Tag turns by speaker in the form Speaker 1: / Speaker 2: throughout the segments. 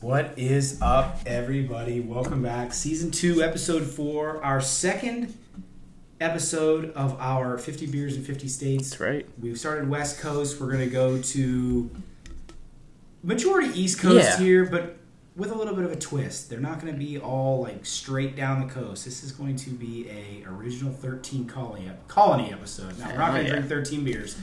Speaker 1: What is up, everybody? Welcome back. Season 2, Episode 4, our second episode of our 50 Beers in 50 States.
Speaker 2: That's right.
Speaker 1: We've started West Coast. We're going to go to majority East Coast
Speaker 2: Yeah.
Speaker 1: here, but with a little bit of a twist. They're not going to be all like straight down the coast. This is going to be a original 13 colony, colony episode. Now, we're not
Speaker 2: Oh,
Speaker 1: going to
Speaker 2: yeah.
Speaker 1: drink 13 beers.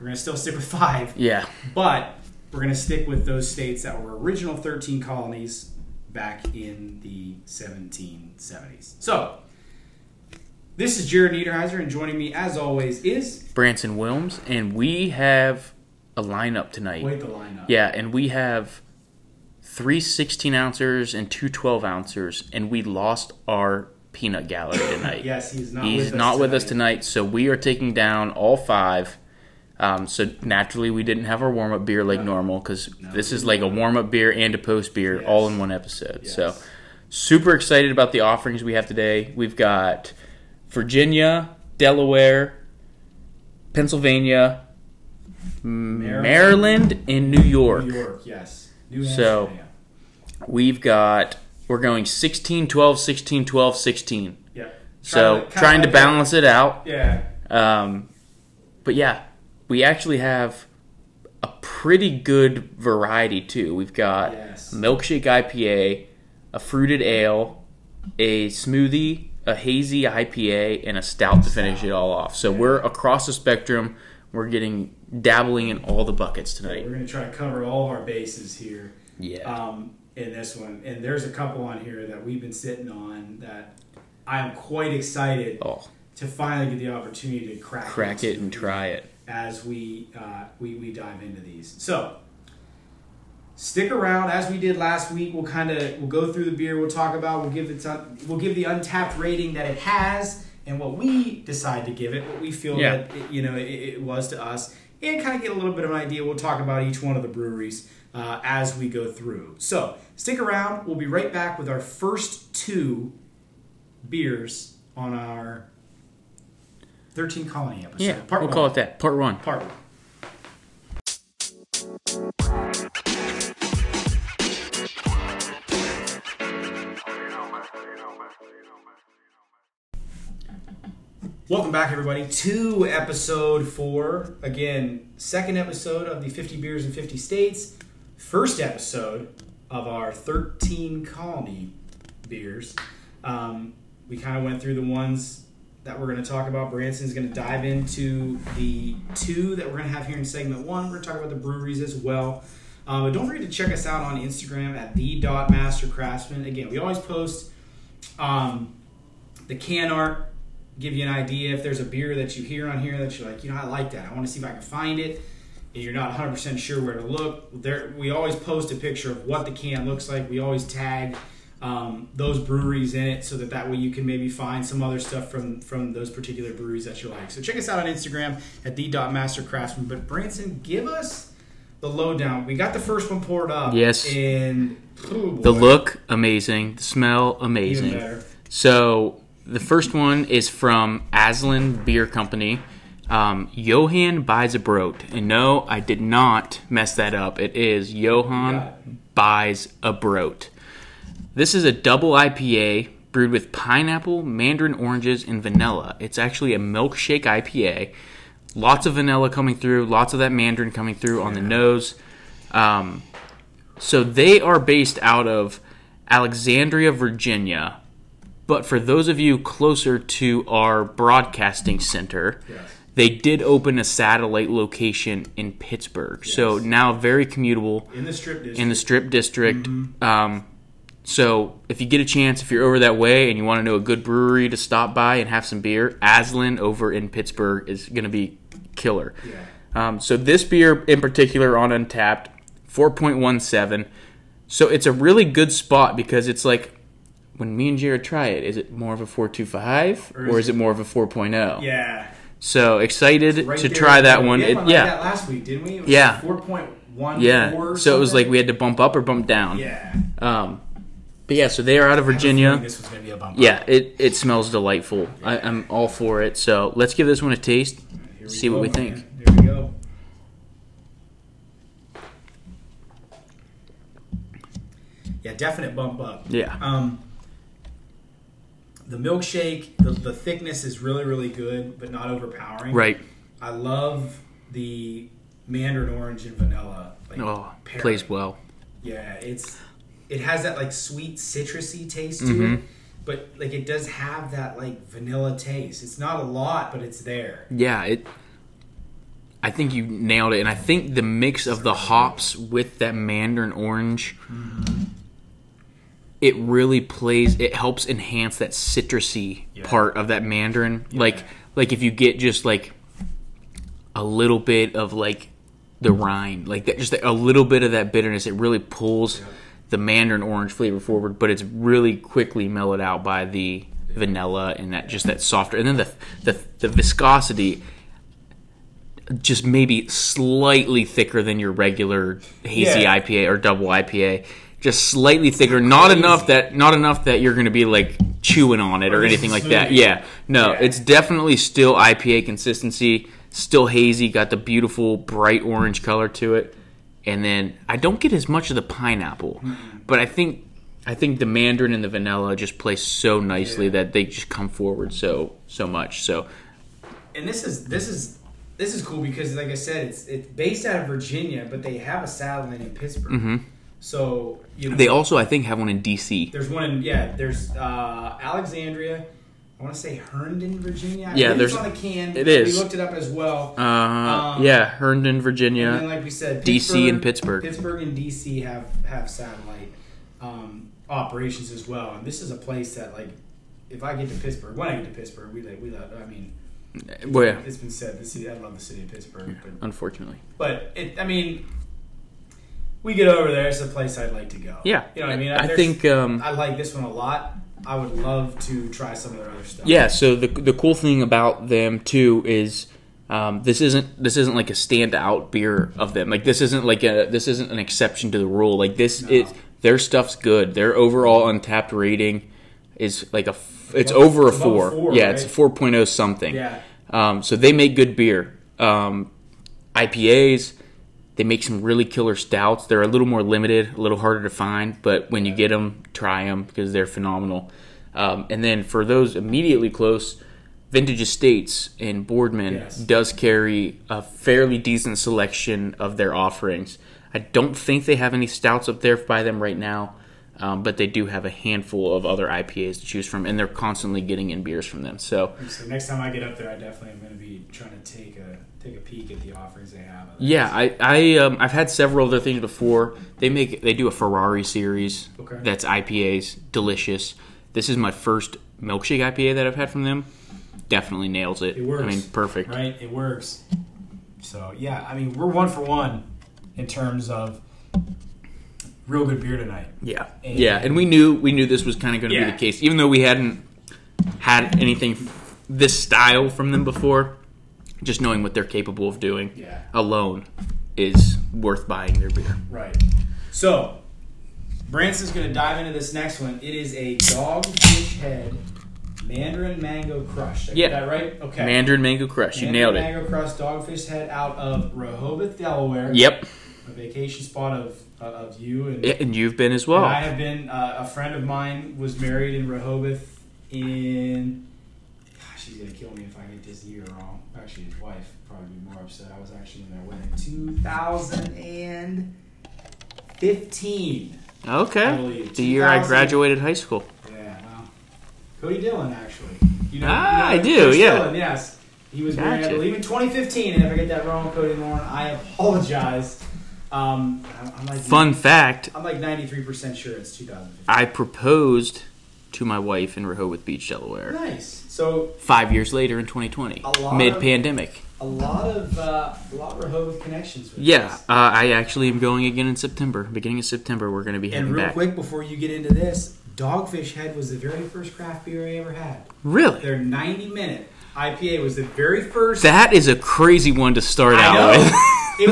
Speaker 1: We're going to still stick with 5.
Speaker 2: Yeah.
Speaker 1: But we're going to stick with those states that were original 13 colonies back in the 1770s. So, this is Jared Niederheiser, and joining me, as always, is
Speaker 2: Branson Wilms, and we have a lineup tonight.
Speaker 1: wait the lineup.
Speaker 2: Yeah, and we have three 16 ounces and two 12 ounces, and we lost our peanut gallery tonight.
Speaker 1: Yes, he's not.
Speaker 2: He's
Speaker 1: with
Speaker 2: not
Speaker 1: us
Speaker 2: with us
Speaker 1: tonight.
Speaker 2: tonight, so we are taking down all five. Um, so naturally, we didn't have our warm up beer like normal because this is like a warm up beer and a post beer all in
Speaker 1: Yes.
Speaker 2: one episode.
Speaker 1: Yes.
Speaker 2: So super excited about the offerings we have today. We've got Virginia, Delaware, Pennsylvania, Maryland, and New York.
Speaker 1: New York, yes. New Hampshire,
Speaker 2: So-
Speaker 1: yeah.
Speaker 2: We've got we're going 16 12 16 12 16.
Speaker 1: yeah.
Speaker 2: So
Speaker 1: Kinda- kinda
Speaker 2: trying
Speaker 1: like
Speaker 2: to
Speaker 1: that.
Speaker 2: balance it out.
Speaker 1: Yeah,
Speaker 2: Um, but yeah, we actually have a pretty good variety too. We've got
Speaker 1: Yes.
Speaker 2: a milkshake IPA, a fruited ale, a smoothie, a hazy IPA, and a stout to finish it all off. So we're across the spectrum. We're getting dabbling in all the buckets
Speaker 1: we're
Speaker 2: tonight.
Speaker 1: going to try to cover all of our bases here.
Speaker 2: Yeah.
Speaker 1: um, in this one. And there's a couple on here that we've been sitting on that I'm quite excited
Speaker 2: Oh,
Speaker 1: to finally get the opportunity to crack
Speaker 2: crack
Speaker 1: into
Speaker 2: it and try it.
Speaker 1: as we, uh, we we dive into these. So stick around as we did last week. We'll kind of we'll go through the beer. We'll talk about we'll give it some- we'll give the untapped rating that it has and what we decide to give it. What we feel
Speaker 2: Yeah.
Speaker 1: that it, you know it, it was to us, and kind of get a little bit of an idea. We'll talk about each one of the breweries uh, as we go through. So stick around. We'll be right back with our first two beers on our. 13 Colony episode.
Speaker 2: Yeah,
Speaker 1: part
Speaker 2: we'll
Speaker 1: one.
Speaker 2: call it that. Part one.
Speaker 1: Part one. Welcome back, everybody, to episode four. Again, second episode of the 50 Beers in 50 States, first episode of our 13 colony beers. Um, we kind of went through the ones that we're going to talk about. Branson's going to dive into the two that we're going to have here in segment one. We're going to talk about the breweries as well. Uh, but don't forget to check us out on Instagram at the.mastercraftsman. Again, we always post um, the can art, give you an idea if there's a beer that you hear on here that you're like, you know, I like that. I want to see if I can find it. And you're not 100% sure where to look. There, we always post a picture of what the can looks like. We always tag um, those breweries in it so that that way you can maybe find some other stuff from from those particular breweries that you like. So check us out on Instagram at the dot mastercraftsman. But Branson, give us the lowdown. We got the first one poured up.
Speaker 2: Yes.
Speaker 1: And oh
Speaker 2: The
Speaker 1: boy,
Speaker 2: look amazing. The smell
Speaker 1: even
Speaker 2: amazing.
Speaker 1: better.
Speaker 2: So the first one is from Aslan Beer Company. Um, Johann buys a broat, and no, I did not mess that up. It is Johann
Speaker 1: Yeah.
Speaker 2: buys a broat. This is a double IPA brewed with pineapple, mandarin oranges, and vanilla. It's actually a milkshake IPA. Lots of vanilla coming through, lots of that mandarin coming through on the nose. Um, so they are based out of Alexandria, Virginia. But for those of you closer to our broadcasting center, they did open a satellite location in Pittsburgh. So now very commutable
Speaker 1: In the strip district.
Speaker 2: in the strip district. Um, so if you get a chance, if you're over that way and you want to know a good brewery to stop by and have some beer, Aslan over in Pittsburgh is going to be killer.
Speaker 1: Yeah.
Speaker 2: Um, so this beer in particular on Untapped, 4.17. So it's a really good spot because it's like when me and Jared try it, is it more of a 4.25 or is, it more of a 4.0?
Speaker 1: yeah.
Speaker 2: So excited
Speaker 1: Right
Speaker 2: to
Speaker 1: there.
Speaker 2: try that one.
Speaker 1: We had
Speaker 2: It-
Speaker 1: one like
Speaker 2: yeah.
Speaker 1: that last week, didn't we? It was
Speaker 2: Yeah.
Speaker 1: Four point one.
Speaker 2: yeah. So it was like we had to bump up or bump down.
Speaker 1: Yeah.
Speaker 2: Um, but yeah, so they are out of Virginia.
Speaker 1: This was gonna be a bump.
Speaker 2: Yeah, it, it smells delightful. I, I'm all for it. So let's give this one a taste.
Speaker 1: Here we
Speaker 2: See what
Speaker 1: go,
Speaker 2: we
Speaker 1: man.
Speaker 2: think.
Speaker 1: Here we go. Yeah, definite bump up.
Speaker 2: Yeah.
Speaker 1: Um, the milkshake, the, the thickness is really, really good, but not overpowering.
Speaker 2: Right.
Speaker 1: I love the mandarin orange and vanilla. Like,
Speaker 2: Oh,
Speaker 1: pairing.
Speaker 2: plays well.
Speaker 1: Yeah, it's it has that like sweet citrusy taste to
Speaker 2: Mm-hmm.
Speaker 1: it, but like it does have that like vanilla taste. It's not a lot, but it's there.
Speaker 2: Yeah, it. I think you nailed it, and I think the mix of the hops with that mandarin orange, it really plays. It helps enhance that citrusy
Speaker 1: Yeah.
Speaker 2: part of that mandarin. Like, like if you get just like a little bit of like the rind, like that, just a little bit of that bitterness, it really pulls the mandarin orange flavor forward. But it's really quickly mellowed out by the vanilla and that just that softer, and then the the, the viscosity just maybe slightly thicker than your regular hazy
Speaker 1: Yeah.
Speaker 2: IPA or double IPA. Just slightly thicker, not
Speaker 1: Crazy.
Speaker 2: enough that not enough that you're going to be like chewing on it or,
Speaker 1: Or this
Speaker 2: anything
Speaker 1: is
Speaker 2: like that.
Speaker 1: smoothie.
Speaker 2: Yeah, no,
Speaker 1: Yeah.
Speaker 2: it's definitely still IPA consistency, still hazy. Got the beautiful bright orange color to it, and then I don't get as much of the pineapple, but I think I think the mandarin and the vanilla just play so nicely
Speaker 1: Yeah.
Speaker 2: that they just come forward so so much. So
Speaker 1: And this is this is this is cool because like I said, it's it's based out of Virginia, but they have a salad line in Pittsburgh. So you know
Speaker 2: Mm-hmm. they also I think have one in DC.
Speaker 1: There's one in yeah. There's uh, Alexandria. I want to say Herndon, Virginia. I
Speaker 2: Yeah,
Speaker 1: believe it's
Speaker 2: there's-
Speaker 1: on the can.
Speaker 2: it is.
Speaker 1: We looked it up as well.
Speaker 2: Uh,
Speaker 1: Um,
Speaker 2: yeah, Herndon,
Speaker 1: And then,
Speaker 2: Virginia.
Speaker 1: like we said,
Speaker 2: DC and Pittsburgh.
Speaker 1: Pittsburgh and DC have have satellite um, operations as well. And this is a place that like, if I get to Pittsburgh, when I get to Pittsburgh, we like we love. I mean,
Speaker 2: Well, yeah,
Speaker 1: it's been said the city. I love the city of Pittsburgh, but
Speaker 2: unfortunately.
Speaker 1: but it, I mean, we get over there. It's a place I'd like to go.
Speaker 2: Yeah,
Speaker 1: you know what I mean.
Speaker 2: I
Speaker 1: There's-
Speaker 2: think um,
Speaker 1: I like this one a lot. I would love to try some of their other stuff.
Speaker 2: Yeah. So the the cool thing about them too is um, this isn't this isn't like a standout beer of them. Like this isn't like a this isn't an exception to the rule. Like this
Speaker 1: No.
Speaker 2: is their stuff's good. Their overall untapped rating is like a f- it's over a
Speaker 1: it's above
Speaker 2: four.
Speaker 1: four,
Speaker 2: yeah, it's
Speaker 1: right?
Speaker 2: four oh something.
Speaker 1: Yeah.
Speaker 2: Um, so they make good beer. Um, IPAs. They make some really killer stouts. They're a little more limited, a little harder to find, but when you get them, try them because they're phenomenal. Um, and then for those immediately close, Vintage Estates in Boardman
Speaker 1: Yes.
Speaker 2: does carry a fairly decent selection of their offerings. I don't think they have any stouts up there by them right now, um, but they do have a handful of other IPAs to choose from, and they're constantly getting in beers from them. So,
Speaker 1: So next time I get up there, I definitely am going to be trying to take a take a peek at the offerings they have.
Speaker 2: Yeah, I, I um, I've had several other things before. They make they do a Ferrari series
Speaker 1: Okay.
Speaker 2: that's IPAs, delicious. This is my first milkshake IPA that I've had from them. Definitely nails it.
Speaker 1: It works.
Speaker 2: I mean, perfect.
Speaker 1: Right? It works. So yeah, I mean we're one for one in terms of real good beer tonight.
Speaker 2: Yeah,
Speaker 1: And-
Speaker 2: yeah, and we knew we knew this was kind of going to be
Speaker 1: Yeah.
Speaker 2: the case, even though we hadn't had anything f- this style from them before. Just knowing what they're capable of doing
Speaker 1: Yeah.
Speaker 2: alone is worth buying their beer.
Speaker 1: Right. So Branson's going to dive into this next one. It is a dogfish head mandarin mango crush. Did I get
Speaker 2: Yeah.
Speaker 1: that right? Okay.
Speaker 2: Mandarin Mango Crush, you
Speaker 1: Mandarin
Speaker 2: nailed it.
Speaker 1: Mango crush dogfish head out of Rehoboth, Delaware.
Speaker 2: Yep,
Speaker 1: a vacation spot of of you and,
Speaker 2: Yeah, and you've been as well.
Speaker 1: and I have been. Uh, a friend of mine was married in Rehoboth in. Gosh, she's gonna kill me if I get this year wrong. Actually, his wife would probably be more upset. I was actually in their wedding. 2015, I
Speaker 2: Okay.
Speaker 1: believe.
Speaker 2: The year I
Speaker 1: 2000.
Speaker 2: graduated high school.
Speaker 1: Yeah, well, Cody Dillon actually. You
Speaker 2: Ah, I do,
Speaker 1: Cody
Speaker 2: yeah.
Speaker 1: Dillon, yes, he was married, I
Speaker 2: Gotcha.
Speaker 1: believe, in 2015. And if I get that wrong, Cody Lauren, I apologize. Um, I'm, I'm like
Speaker 2: Fun fact
Speaker 1: I'm like 93% sure it's 2015.
Speaker 2: I proposed to my wife in Rehoboth Beach, Delaware,
Speaker 1: Nice. So
Speaker 2: five years later in 2020,
Speaker 1: A lot of-
Speaker 2: mid pandemic.
Speaker 1: a lot of uh, a lot of Rehoboth connections. With
Speaker 2: Yeah,
Speaker 1: this.
Speaker 2: uh, I actually am going again in September. Beginning of September, we're going to be heading
Speaker 1: And real
Speaker 2: back.
Speaker 1: quick before you get into this, Dogfish Head was the very first craft beer I ever had.
Speaker 2: Really?
Speaker 1: Their 90 minute IPA was the very first.
Speaker 2: That is a crazy one to start
Speaker 1: I
Speaker 2: out
Speaker 1: know. It
Speaker 2: with.
Speaker 1: was-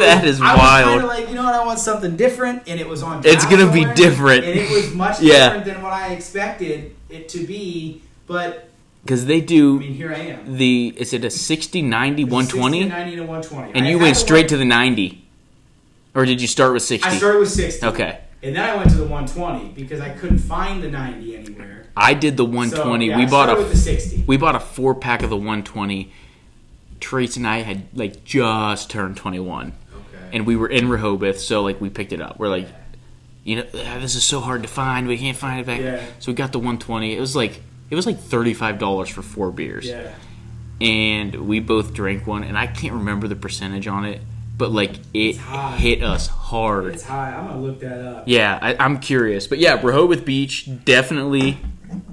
Speaker 2: that is
Speaker 1: I was
Speaker 2: wild.
Speaker 1: kind of like, you know what? I want something different, and it was on.
Speaker 2: It's
Speaker 1: draft
Speaker 2: gonna be
Speaker 1: somewhere,
Speaker 2: different.
Speaker 1: and it was much
Speaker 2: Yeah.
Speaker 1: different than what I expected it to be. But
Speaker 2: Because they
Speaker 1: I
Speaker 2: do
Speaker 1: mean, here I am.
Speaker 2: the, is it a 60, 90,
Speaker 1: 60,
Speaker 2: 120?
Speaker 1: 90 to 120,
Speaker 2: And
Speaker 1: I
Speaker 2: you
Speaker 1: had
Speaker 2: went
Speaker 1: the
Speaker 2: straight to the 90. Or did you start with 60?
Speaker 1: I started with 60.
Speaker 2: Okay.
Speaker 1: And then I went to the 120 because I couldn't find the 90 anywhere.
Speaker 2: I did the 120.
Speaker 1: So, yeah,
Speaker 2: we
Speaker 1: I
Speaker 2: bought
Speaker 1: started
Speaker 2: a
Speaker 1: with the 60.
Speaker 2: we bought a four pack of the 120. Trace and I had like just turned 21,
Speaker 1: Okay.
Speaker 2: and we were in Rehoboth, so like we picked it up. We're like, you know, "Ah, this is so hard to find. We can't find it back.
Speaker 1: Yeah.
Speaker 2: So we got the 120. It was like it was like 35 dollars for four beers,
Speaker 1: yeah.
Speaker 2: and we both drank one, and I can't remember the percentage on it, but like it
Speaker 1: high.
Speaker 2: hit us hard.
Speaker 1: It's high. I'm gonna look that up.
Speaker 2: Yeah, I, I'm curious, but yeah, Rehoboth Beach definitely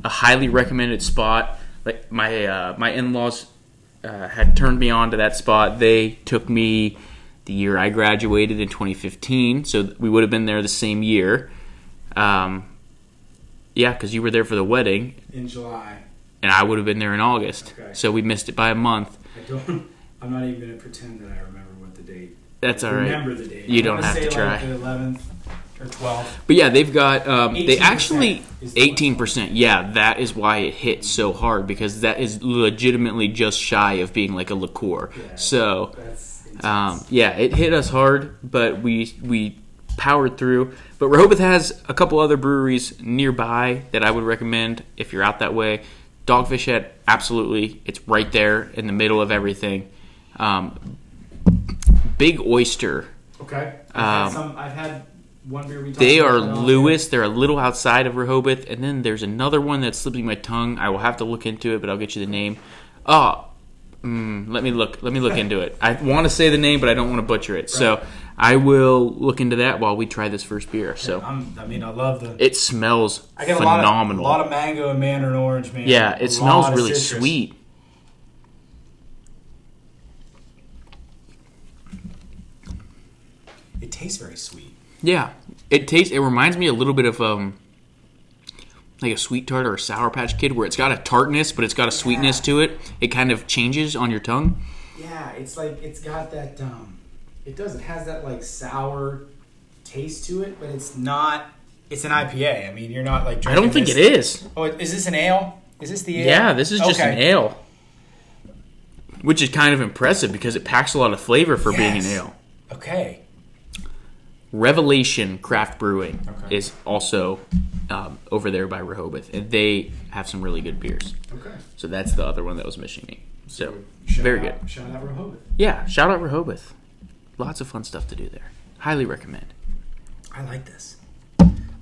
Speaker 2: a highly recommended spot. Like my uh, my in laws uh, had turned me on to that spot. They took me the year I graduated in 2015, so we would have been there the same year. Um, yeah, because you were there for the wedding,
Speaker 1: In July,
Speaker 2: and I would have been there in August,
Speaker 1: Okay.
Speaker 2: so we missed it by a month.
Speaker 1: I don't. I'm not even gonna pretend that I remember what the date.
Speaker 2: That's all right.
Speaker 1: Remember the date.
Speaker 2: You
Speaker 1: I'm
Speaker 2: don't
Speaker 1: gonna
Speaker 2: have
Speaker 1: say
Speaker 2: to try.
Speaker 1: Like the 11th or 12th.
Speaker 2: But yeah, they've got um, they
Speaker 1: 18%
Speaker 2: actually
Speaker 1: is the
Speaker 2: eighteen percent. Yeah, that is why it hits so hard because that is legitimately just shy of being like a liqueur.
Speaker 1: Yeah.
Speaker 2: So
Speaker 1: That's intense.
Speaker 2: um, yeah, it hit us hard, but we we powered through. But Rehoboth has a couple other breweries nearby that I would recommend if you're out that way. Dogfish Head, absolutely, it's right there in the middle of everything. Um, Big Oyster
Speaker 1: okay. I've,
Speaker 2: um,
Speaker 1: had some, I've had one beer. We talked
Speaker 2: They
Speaker 1: about
Speaker 2: are
Speaker 1: that all-
Speaker 2: Lewis. They're a little outside of Rehoboth, and then there's another one that's slipping my tongue. I will have to look into it, but I'll get you the name. Oh, mm, let me look. Let me look into it. I want to say the name, but I don't want to butcher it. So I will look into that while we try this first beer. So
Speaker 1: I'm, I mean, I love the.
Speaker 2: it smells
Speaker 1: I get a
Speaker 2: phenomenal.
Speaker 1: lot of, a lot of mango and mandarin orange, man.
Speaker 2: yeah,
Speaker 1: A
Speaker 2: it smells
Speaker 1: lot of
Speaker 2: really
Speaker 1: citrus.
Speaker 2: sweet.
Speaker 1: It tastes very sweet.
Speaker 2: Yeah, it tastes. It reminds me a little bit of um, like a sweet tart or a sour patch kid, where it's got a tartness, but it's got a sweetness to it. It kind of changes on your tongue.
Speaker 1: Yeah, it's like it's got that. um It does. It has that like sour taste to it, but it's not. It's an IPA. I mean, you're not like.
Speaker 2: I
Speaker 1: Drinking
Speaker 2: don't think
Speaker 1: this-
Speaker 2: it is.
Speaker 1: Oh, is this an ale? Is this the ale?
Speaker 2: Yeah, this is just an
Speaker 1: Okay.
Speaker 2: ale, which is kind of impressive because it packs a lot of flavor for being an
Speaker 1: Yes.
Speaker 2: ale.
Speaker 1: Okay.
Speaker 2: Revelation Craft Brewing
Speaker 1: Okay.
Speaker 2: is also um, over there by Rehoboth, and they have some really good beers.
Speaker 1: Okay.
Speaker 2: So that's the other one that was missing me. So
Speaker 1: Shout
Speaker 2: very good.
Speaker 1: out, Shout out Rehoboth.
Speaker 2: Yeah, shout out Rehoboth. Lots of fun stuff to do there. Highly recommend.
Speaker 1: I like this.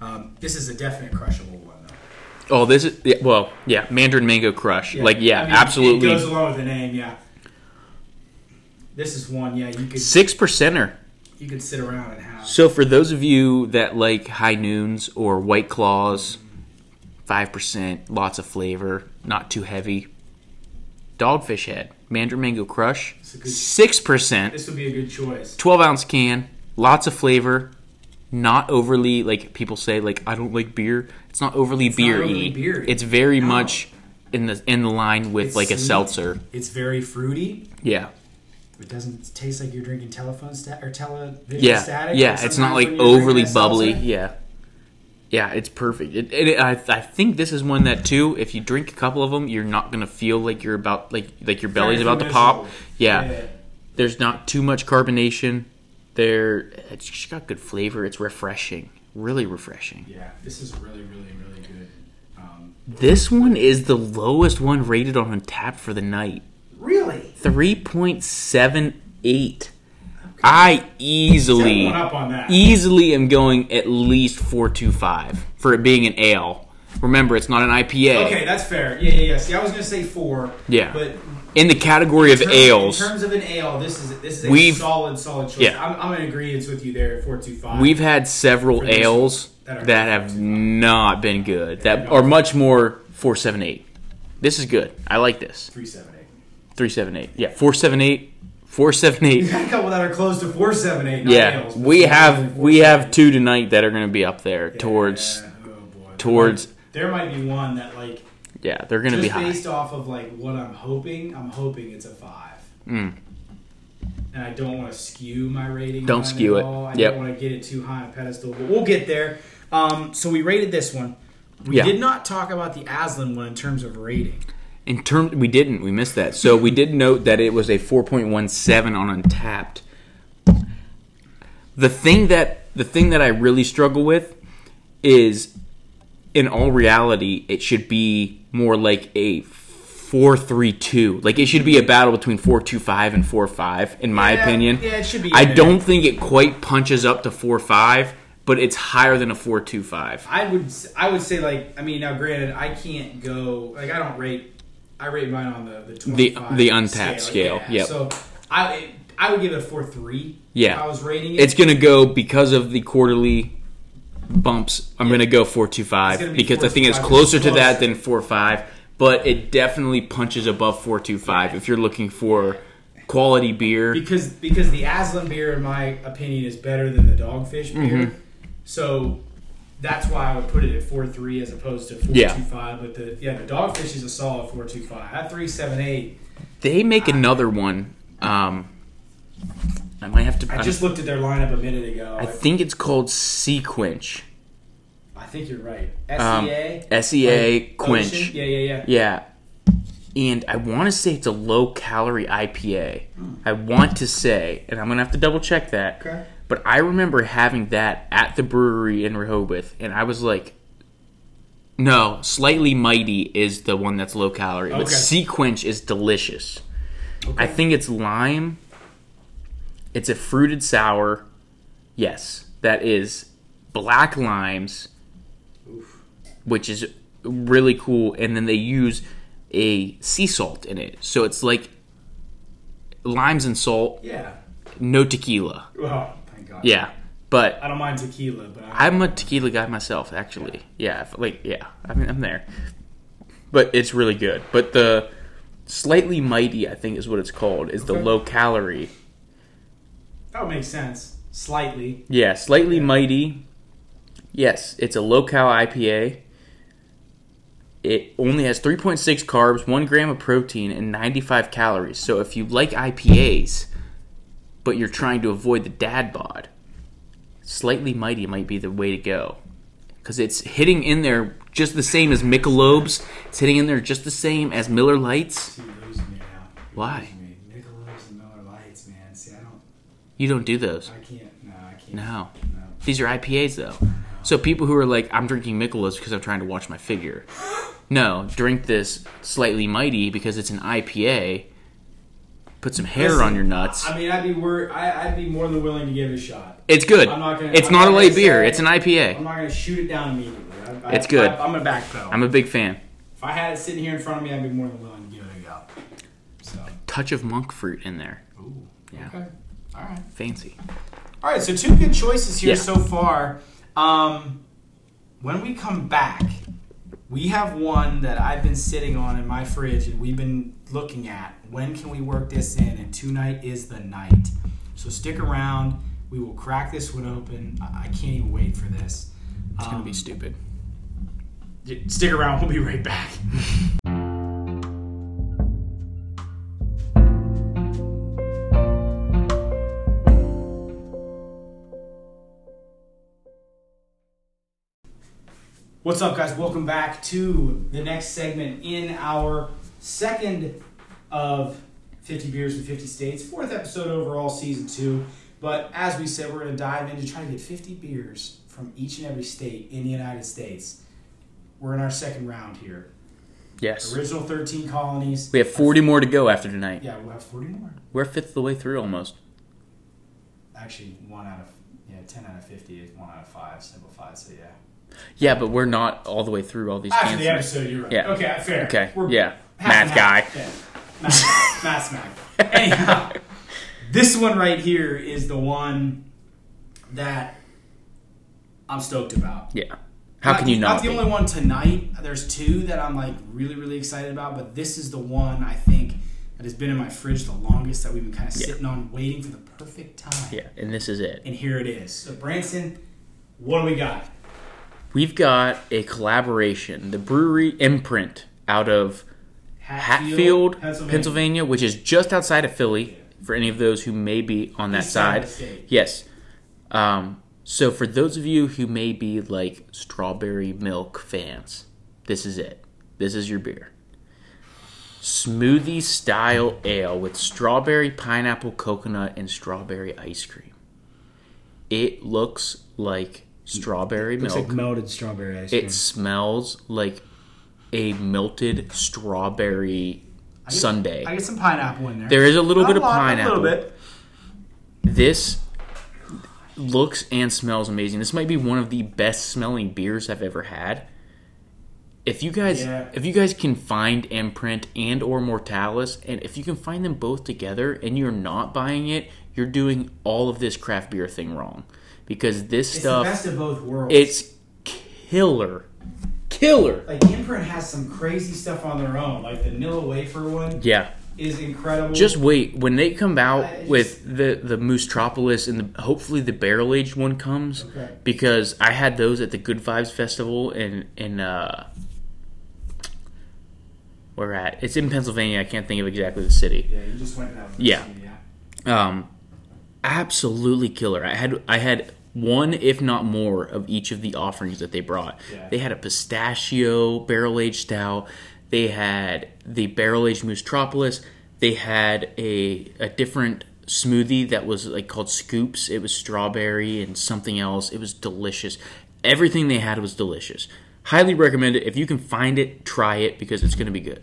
Speaker 1: Um, this is a definite crushable one, though.
Speaker 2: Oh, this is yeah, well, yeah, Mandarin Mango Crush. Like, yeah,
Speaker 1: I mean,
Speaker 2: absolutely.
Speaker 1: It goes along with the name, yeah. This is one, yeah. You could
Speaker 2: Six percenter.
Speaker 1: you could sit around and have.
Speaker 2: So for those of you that like high noons or white claws, five percent, lots of flavor, not too heavy. Dogfish head, Mandarin Mango Crush,
Speaker 1: a good-
Speaker 2: six percent,
Speaker 1: This would be a good choice.
Speaker 2: twelve ounce can, lots of flavor, not overly like people say like I don't like beer. It's not overly
Speaker 1: not
Speaker 2: beery.
Speaker 1: overly beery.
Speaker 2: It's very
Speaker 1: No.
Speaker 2: much in the in the line with
Speaker 1: It's
Speaker 2: like a
Speaker 1: sweet.
Speaker 2: seltzer.
Speaker 1: It's very fruity.
Speaker 2: Yeah.
Speaker 1: It doesn't taste like you're drinking telephone stat or television
Speaker 2: yeah,
Speaker 1: static.
Speaker 2: Yeah,
Speaker 1: like
Speaker 2: it's not
Speaker 1: sometimes
Speaker 2: like
Speaker 1: when you're drinking
Speaker 2: overly
Speaker 1: a seltzer.
Speaker 2: bubbly. Yeah, yeah, it's perfect. It, it, I, I think this is one that too. If you drink a couple of them, you're not gonna feel like you're about like like your belly's about to pop.
Speaker 1: miserable.
Speaker 2: Yeah. there's not too much carbonation. There, it's just got good flavor. It's refreshing, really refreshing.
Speaker 1: Yeah, this is really, really, really good. Um,
Speaker 2: This one is the lowest one rated on tap for the night.
Speaker 1: really?
Speaker 2: Three point seven eight. I easily
Speaker 1: Someone up on that.
Speaker 2: easily am going at least 425 for it being an ale. Remember, it's not an IPA.
Speaker 1: Okay, that's fair. Yeah, yeah, yeah. See, I was gonna say four.
Speaker 2: Yeah.
Speaker 1: But
Speaker 2: In the category of
Speaker 1: in terms-
Speaker 2: ales,
Speaker 1: in terms of an ale, this is this is a
Speaker 2: We've-
Speaker 1: solid, solid choice.
Speaker 2: Yeah.
Speaker 1: I'm, I'm in agreement with you there. Four two five.
Speaker 2: we've had several
Speaker 1: this-
Speaker 2: ales
Speaker 1: that are-
Speaker 2: that have not been good, that
Speaker 1: not-
Speaker 2: are much more 478. This is good. I like this.
Speaker 1: three seven eight.
Speaker 2: 378. Yeah, 478. 478.
Speaker 1: Got a couple that are close to four seven eight. Not
Speaker 2: Yeah,
Speaker 1: ales, but
Speaker 2: we
Speaker 1: four,
Speaker 2: have
Speaker 1: seven,
Speaker 2: we have
Speaker 1: 478.
Speaker 2: two tonight that are going to be up there towards
Speaker 1: Yeah, oh boy.
Speaker 2: towards-
Speaker 1: There might be one that like
Speaker 2: yeah they're going to
Speaker 1: just
Speaker 2: be high.
Speaker 1: based off of like what I'm hoping. I'm hoping it's a five.
Speaker 2: Mm.
Speaker 1: and I don't want to skew my rating.
Speaker 2: Don't
Speaker 1: on
Speaker 2: skew
Speaker 1: at
Speaker 2: it.
Speaker 1: All. I
Speaker 2: Yep.
Speaker 1: don't want to get it too high on a pedestal, but we'll get there. Um, so we rated this one. We
Speaker 2: Yeah.
Speaker 1: did not talk about the Aslan one in terms of rating.
Speaker 2: In terms, we didn't. We missed that. So we did note that it was a 4.17 on Untapped. The thing that the thing that I really struggle with is in all reality it should be more like a four three two. Like it should be a battle between four two five and four five, in my
Speaker 1: Yeah,
Speaker 2: opinion.
Speaker 1: yeah, it should be
Speaker 2: I
Speaker 1: even.
Speaker 2: don't think it quite punches up to four five, but it's higher than a four two five.
Speaker 1: I would s- I would say like I mean now granted I can't go like I don't rate I rate mine on the the 25
Speaker 2: the untapped scale,
Speaker 1: yeah.
Speaker 2: yep.
Speaker 1: So I I would give it a four three.
Speaker 2: Yeah.
Speaker 1: If I was rating it.
Speaker 2: It's gonna go because of the quarterly bumps. I'm gonna go four two
Speaker 1: It's gonna
Speaker 2: five
Speaker 1: be
Speaker 2: because I think it's
Speaker 1: 4.25,
Speaker 2: closer to that
Speaker 1: closer.
Speaker 2: than four five, but it definitely punches above four two five if you're looking for quality beer.
Speaker 1: because because the Aslan beer in my opinion is better than the Dogfish beer.
Speaker 2: Mm-hmm.
Speaker 1: So that's why I would put it at four three as opposed to four two five.
Speaker 2: Yeah.
Speaker 1: But the yeah the Dogfish is a solid four two five. That three seven eight.
Speaker 2: They make another one. Um, I might have to.
Speaker 1: I just looked at their lineup a minute ago.
Speaker 2: I
Speaker 1: I,
Speaker 2: think it's called Sea Quench.
Speaker 1: think you're right.
Speaker 2: Um,
Speaker 1: SEA.
Speaker 2: SEA
Speaker 1: Like,
Speaker 2: Quench.
Speaker 1: E Ocean? Yeah, yeah, yeah.
Speaker 2: Yeah. And I want to say it's a low calorie IPA. I want to say, and I'm going to have to double check that.
Speaker 1: Hmm. Okay.
Speaker 2: But I remember having that at the brewery in Rehoboth, and I was like, no, Slightly Mighty is the one that's low calorie, but
Speaker 1: Okay.
Speaker 2: Sea Quench is delicious. I think it's lime. It's a fruited sour. Yes, that is black limes, which is really cool. And then they use a sea salt in it, so it's like limes and salt,
Speaker 1: Yeah.
Speaker 2: no tequila.
Speaker 1: Oh, thank God.
Speaker 2: Yeah, but
Speaker 1: I don't mind tequila, but I,
Speaker 2: I'm a tequila guy myself, actually. Yeah, if- like yeah, I mean I'm there, but it's really good. But the slightly mighty, I think, is what it's called, is the
Speaker 1: Okay.
Speaker 2: low calorie.
Speaker 1: that would make sense. Slightly.
Speaker 2: Yeah, slightly mighty. Yes, it's a low cal IPA. It only has 3.6 carbs, 1 gram of protein, and 95 calories. So if you like IPAs, but you're trying to avoid the dad bod, slightly mighty might be the way to go. Because it's hitting in there just the same as Michelob's. It's hitting in there just the same as Miller Lights.
Speaker 1: See, you're losing me now. You're
Speaker 2: Why?
Speaker 1: losing Me. Michelob's and Miller Lights, man. See, I don't.
Speaker 2: You don't do those.
Speaker 1: I can't. No, I can't.
Speaker 2: No.
Speaker 1: No.
Speaker 2: These are IPAs though. So people who are like, I'm drinking Michelob's because I'm trying to watch my figure. No, drink this slightly mighty because it's an IPA. Put some hair
Speaker 1: Listen,
Speaker 2: on your nuts.
Speaker 1: I mean, I'd be wor- I, I'd be more than willing to give it a shot.
Speaker 2: It's good.
Speaker 1: I'm not gonna-
Speaker 2: it's
Speaker 1: I'm
Speaker 2: not
Speaker 1: not
Speaker 2: a
Speaker 1: gonna
Speaker 2: light beer.
Speaker 1: say-
Speaker 2: It's an IPA.
Speaker 1: I'm
Speaker 2: I'm,
Speaker 1: not gonna shoot it down immediately. I, I,
Speaker 2: It's good.
Speaker 1: I, am a backpedal.
Speaker 2: a big fan.
Speaker 1: if I had it sitting here in front of me, I'd be more than willing to give it a go. So.
Speaker 2: Touch of monk fruit in there.
Speaker 1: Ooh.
Speaker 2: Yeah.
Speaker 1: Okay. All right.
Speaker 2: Fancy.
Speaker 1: All right, so two good choices here
Speaker 2: Yeah.
Speaker 1: so far. Um, when we come back, we have one that I've been sitting on in my fridge and we've been looking at. When can we work this in? And tonight is the night. So stick around. We will crack this one open. I, I can't even wait for this. Um,
Speaker 2: It's gonna be stupid.
Speaker 1: Yeah, Stick around. We'll be right back. What's up, guys? Welcome back to the next segment in our second of 50 Beers in 50 States, fourth episode overall, season two. But as we said, we're going to dive into trying to get 50 beers from each and every state in the United States. We're in our second round here.
Speaker 2: Yes.
Speaker 1: Original 13 colonies.
Speaker 2: We have 40 more to go after tonight.
Speaker 1: Yeah, we'll have 40 more.
Speaker 2: We're a fifth of the way through almost.
Speaker 1: Actually, one out of yeah, 10 out of 50 is one out of five simplified. So yeah.
Speaker 2: Yeah, but we're not all the way through all these
Speaker 1: After the
Speaker 2: cans.
Speaker 1: episode, you're right.
Speaker 2: Yeah.
Speaker 1: Okay, fair.
Speaker 2: Okay.
Speaker 1: We're
Speaker 2: Yeah.
Speaker 1: half and
Speaker 2: Math
Speaker 1: half.
Speaker 2: guy.
Speaker 1: Yeah. Math, math smack. Anyhow, this one right here is the one that I'm stoked about.
Speaker 2: Yeah. How can
Speaker 1: the-
Speaker 2: you not?
Speaker 1: Not the
Speaker 2: be?
Speaker 1: only one tonight. There's two that I'm like really, really excited about, but this is the one I think that has been in my fridge the longest that we've been kind of
Speaker 2: Yeah.
Speaker 1: sitting on, waiting for the perfect time.
Speaker 2: Yeah, and this is it.
Speaker 1: And here it is. So Branson, what do we got?
Speaker 2: We've got a collaboration, the brewery imprint out of Hatfield, Pennsylvania. which is just outside of Philly. For any of those who may be on that
Speaker 1: East side of
Speaker 2: side,
Speaker 1: the state.
Speaker 2: yes. Um, so for those of you who may be like strawberry milk fans, this is it. This is your beer. Smoothie style ale with strawberry, pineapple, coconut, and strawberry ice cream. It looks like strawberry
Speaker 3: Looks
Speaker 2: milk.
Speaker 3: like melted strawberry ice
Speaker 1: Hmm.
Speaker 3: cream.
Speaker 2: it smells like a melted strawberry sundae.
Speaker 3: I get some pineapple in there.
Speaker 2: there is a little
Speaker 1: Not
Speaker 2: bit of
Speaker 1: lot, but
Speaker 2: pineapple.
Speaker 1: A little bit.
Speaker 2: This looks and smells amazing. This might be one of the best smelling beers I've ever had. If you guys
Speaker 3: Yeah.
Speaker 2: if you guys can find Imprint and or Mortalis and if you can find them both together and you're not buying it, you're doing all of this craft beer thing wrong. Because this
Speaker 1: It's the
Speaker 2: stuff
Speaker 1: best of both worlds.
Speaker 2: it's killer. Killer.
Speaker 1: like Imprint has some crazy stuff on their own. Like the Nilla wafer one
Speaker 2: Yeah.
Speaker 1: is incredible.
Speaker 2: Just wait when they come out
Speaker 1: I just-
Speaker 2: with the the Moosetropolis and the, hopefully the barrel aged one comes
Speaker 1: Okay.
Speaker 2: because I had those at the Good Vibes Festival in in uh, where at it's in Pennsylvania. I can't think of exactly the city.
Speaker 1: yeah, you just went that. one.
Speaker 2: Yeah. Um, absolutely killer. I had I had one if not more of each of the offerings that they brought.
Speaker 1: Yeah.
Speaker 2: They had a pistachio barrel aged stout. They had the barrel aged Moosetropolis. They had a a different smoothie that was like called scoops. It was strawberry and something else. It was delicious. Everything they had was delicious. Highly recommend it. If you can find it, try it because it's going to be good.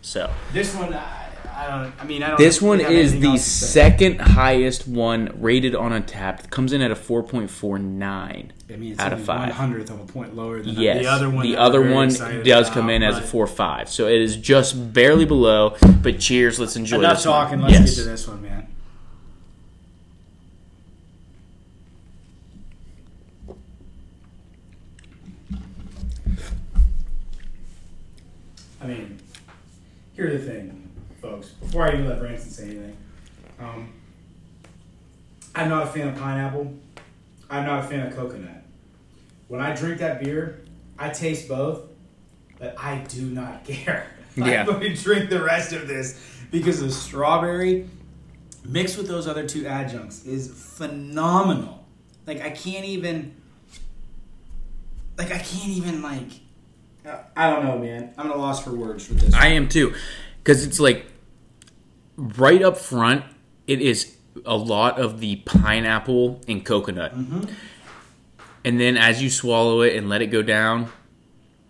Speaker 2: So,
Speaker 1: This one, I, I don't. I mean, I don't.
Speaker 2: this one
Speaker 1: have
Speaker 2: is
Speaker 1: anything
Speaker 2: the
Speaker 1: else to say.
Speaker 2: second highest one rated on Untapped. Comes in at a 4.49
Speaker 3: I mean, it's
Speaker 2: out
Speaker 3: only
Speaker 2: of five.
Speaker 3: one hundredth of a point lower than
Speaker 2: Yes,
Speaker 3: the other one.
Speaker 2: The
Speaker 3: that we're
Speaker 2: other
Speaker 3: very
Speaker 2: one
Speaker 3: excited
Speaker 2: does
Speaker 3: about,
Speaker 2: come in as a
Speaker 3: but
Speaker 2: four five, so it is just barely below. But cheers, let's enjoy
Speaker 3: Enough
Speaker 2: this one.
Speaker 3: talking. Let's
Speaker 2: Yes.
Speaker 3: get to this one, man.
Speaker 1: I mean, here's the thing, folks. Before I even let Branson say anything, um, I'm not a fan of pineapple. I'm not a fan of coconut. When I drink that beer, I taste both, but I do not care.
Speaker 2: Yeah.
Speaker 1: I'm going to drink the rest of this because the strawberry mixed with those other two adjuncts is phenomenal. Like I can't even. Like I can't even like. I- I don't know, man. I'm at a loss for words with this.
Speaker 2: I am too, because it's like right up front. It is a lot of the pineapple and coconut,
Speaker 1: Mm-hmm.
Speaker 2: and then as you swallow it and let it go down,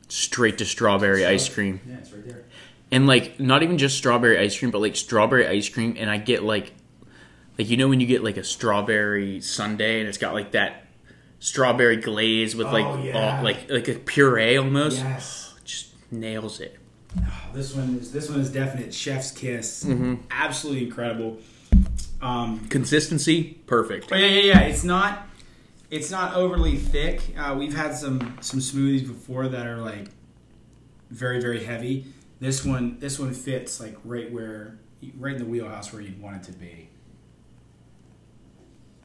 Speaker 2: straight to strawberry ice cream.
Speaker 1: Yeah, it's right there.
Speaker 2: and like not even just strawberry ice cream but like strawberry ice cream and i get like like you know when you get like a strawberry sundae and it's got like that strawberry glaze with like
Speaker 1: Oh,
Speaker 2: all-
Speaker 1: yeah.
Speaker 2: like like a puree almost
Speaker 1: Yes.
Speaker 2: just nails it
Speaker 1: Oh, this one is this one is definite chef's kiss. Absolutely incredible. Um,
Speaker 2: consistency perfect
Speaker 1: but Oh, yeah, yeah, yeah. It's not it's not overly thick. Uh, we've had some some smoothies before that are like very very heavy. This one this one fits like right where right in the wheelhouse where you'd want it to be.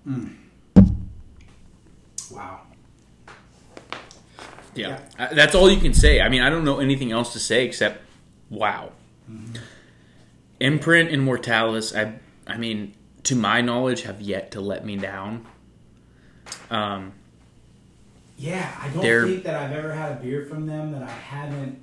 Speaker 1: Mm. Wow.
Speaker 2: yeah, Uh, that's all you can say i mean i don't know anything else to say except wow
Speaker 1: Mm-hmm.
Speaker 2: imprint and mortalis i i mean to my knowledge have yet to let me down um
Speaker 1: Yeah, I don't
Speaker 2: They're-
Speaker 1: think that I've ever had a beer from them that I haven't,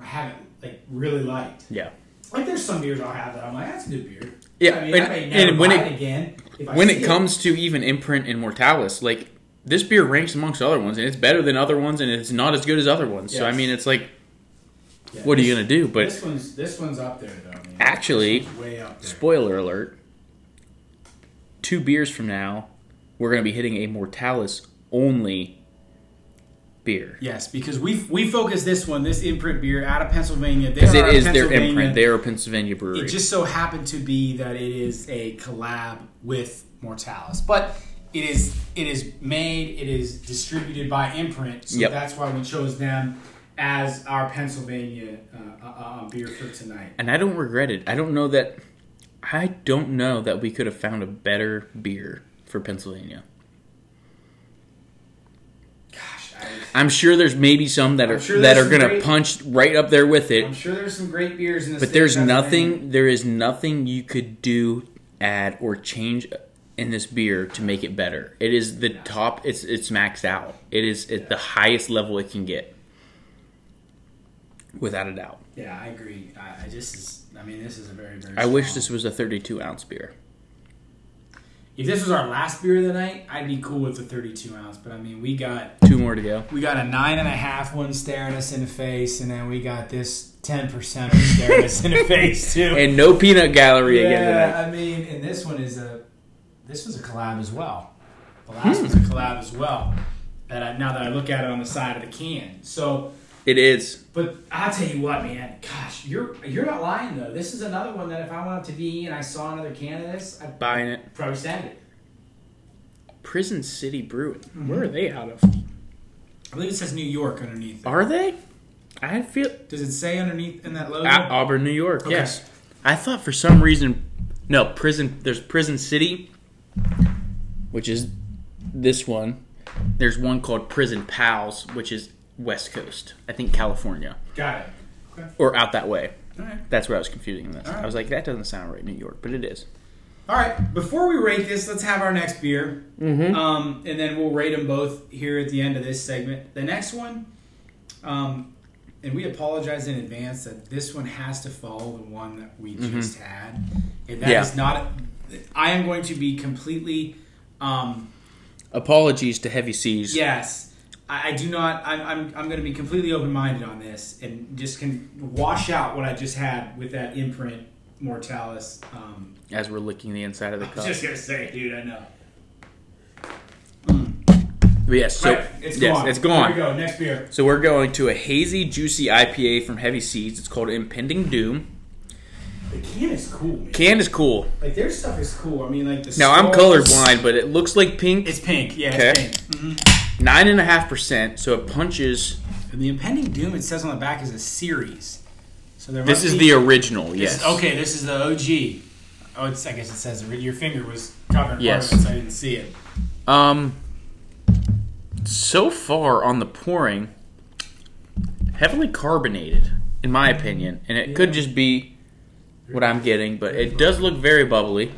Speaker 1: I haven't like really liked.
Speaker 2: yeah
Speaker 1: Like, there's some beers I'll have that I'm like, that's a good beer.
Speaker 2: Yeah,
Speaker 1: I mean, I
Speaker 2: and-
Speaker 1: may never
Speaker 2: and when
Speaker 1: buy
Speaker 2: it-
Speaker 1: again, if I
Speaker 2: when
Speaker 1: see
Speaker 2: it comes to even imprint and mortalis like this beer ranks amongst other ones and it's better than other ones and it's not as good as other ones so i
Speaker 1: Yes.
Speaker 2: mean it's like
Speaker 1: Yeah,
Speaker 2: what are you
Speaker 1: this-
Speaker 2: gonna do but
Speaker 1: This one's this one's up there though. Man.
Speaker 2: Actually-
Speaker 1: This one's way up there.
Speaker 2: spoiler alert two beers from now we're going to be hitting a mortalis only beer
Speaker 1: Yes, because we we focus this one, this imprint beer out of Pennsylvania. They
Speaker 2: because
Speaker 1: are
Speaker 2: it
Speaker 1: out of
Speaker 2: is their
Speaker 1: Pennsylvania.
Speaker 2: imprint they're a pennsylvania brewery
Speaker 1: It just so happened to be that it is a collab with Mortalis, but it is it is made, it is distributed by Imprint, so
Speaker 2: Yep.
Speaker 1: that's why we chose them as our Pennsylvania uh, uh, uh, beer for tonight.
Speaker 2: and i don't regret it i don't know that i don't know that we could have found a better beer for pennsylvania
Speaker 1: Gosh, I,
Speaker 2: i'm sure there's maybe some that
Speaker 1: I'm
Speaker 2: are
Speaker 1: sure
Speaker 2: that
Speaker 1: there's
Speaker 2: are going to
Speaker 1: great-
Speaker 2: punch right up there with it
Speaker 1: I'm sure there's some great beers in this.
Speaker 2: But there's nothing. There is nothing you could do, add or change in this beer to make it better. It is the top. It's it's maxed out. It is at the highest level it can get, without a doubt.
Speaker 1: Yeah, I agree. I, I just is. I mean, this is a very very.
Speaker 2: I wish
Speaker 1: strong-
Speaker 2: this was a 32 ounce beer.
Speaker 1: If this was our last beer of the night, I'd be cool with the 32 ounce. But I mean, we got
Speaker 2: Two more to go.
Speaker 1: we got a nine and a half one staring us in the face, and then we got this 10 percent staring us in the face too.
Speaker 2: And no peanut gallery again
Speaker 1: yeah,
Speaker 2: tonight.
Speaker 1: I mean, and this one is a this was a collab as well. The last
Speaker 2: Hmm.
Speaker 1: one's a collab as well. That I, now that I look at it on the side of the can, so
Speaker 2: It is.
Speaker 1: But I'll tell you what, man. Gosh, you're you're not lying though. This is another one that if I went on TV and I saw another can of this, I'd
Speaker 2: Buying it.
Speaker 1: probably send it.
Speaker 2: Prison City Brewing. Where are they out
Speaker 1: Mm-hmm.
Speaker 2: of?
Speaker 1: I believe it says New York underneath.
Speaker 2: Are they? I feel
Speaker 1: Does it say underneath in that logo?
Speaker 2: At Auburn, New York.
Speaker 1: Oh, Okay.
Speaker 2: Yes. I thought for some reason, no prison. There's Prison City, which is this one. There's one called Prison Pals, which is West Coast. I think California
Speaker 1: Got it. Okay.
Speaker 2: or out that way.
Speaker 1: All right.
Speaker 2: That's where I was confusing this. I
Speaker 1: Alright.
Speaker 2: was like, that doesn't sound right, New York, but it is.
Speaker 1: All right. Before we rate this, let's have our next beer,
Speaker 2: Mm-hmm.
Speaker 1: um, and then we'll rate them both here at the end of this segment. The next one, um, and we apologize in advance that this one has to follow the one that we just had, and that is
Speaker 2: Mm-hmm. Yeah.
Speaker 1: not. I am going to be completely. Um,
Speaker 2: Apologies to Heavy Seas.
Speaker 1: Yes. I, I do not. I'm, I'm, I'm going to be completely open minded on this and just can wash out what I just had with that imprint Mortalis. Um,
Speaker 2: As we're licking the inside of the
Speaker 1: I was
Speaker 2: cup.
Speaker 1: just going to say, dude, I know.
Speaker 2: But yes. So
Speaker 1: Right, it's
Speaker 2: yes,
Speaker 1: gone.
Speaker 2: It's gone.
Speaker 1: Here we go. Next beer.
Speaker 2: So we're going to a hazy, juicy IPA from Heavy Seas. It's called Impending Doom.
Speaker 1: The can is cool, man.
Speaker 2: Can is cool.
Speaker 1: Like, their stuff is cool. I mean, like, the.
Speaker 2: Now I'm
Speaker 1: skulls-
Speaker 2: colorblind, but it looks like pink.
Speaker 1: It's pink. Yeah,
Speaker 2: Okay.
Speaker 1: it's pink. Mhm.
Speaker 2: Nine and a half percent, so it punches.
Speaker 1: And the impending doom, it says on the back, is a series. So there
Speaker 2: This
Speaker 1: must
Speaker 2: is
Speaker 1: be-
Speaker 2: the original, yes.
Speaker 1: This- okay, this is the OG. Oh, it's, I guess it says your finger was covering
Speaker 2: Yes.
Speaker 1: part of it, so I didn't see it.
Speaker 2: Um. So far on the pouring, heavily carbonated, in my opinion, and it could just be what I'm getting, but it does look very bubbly.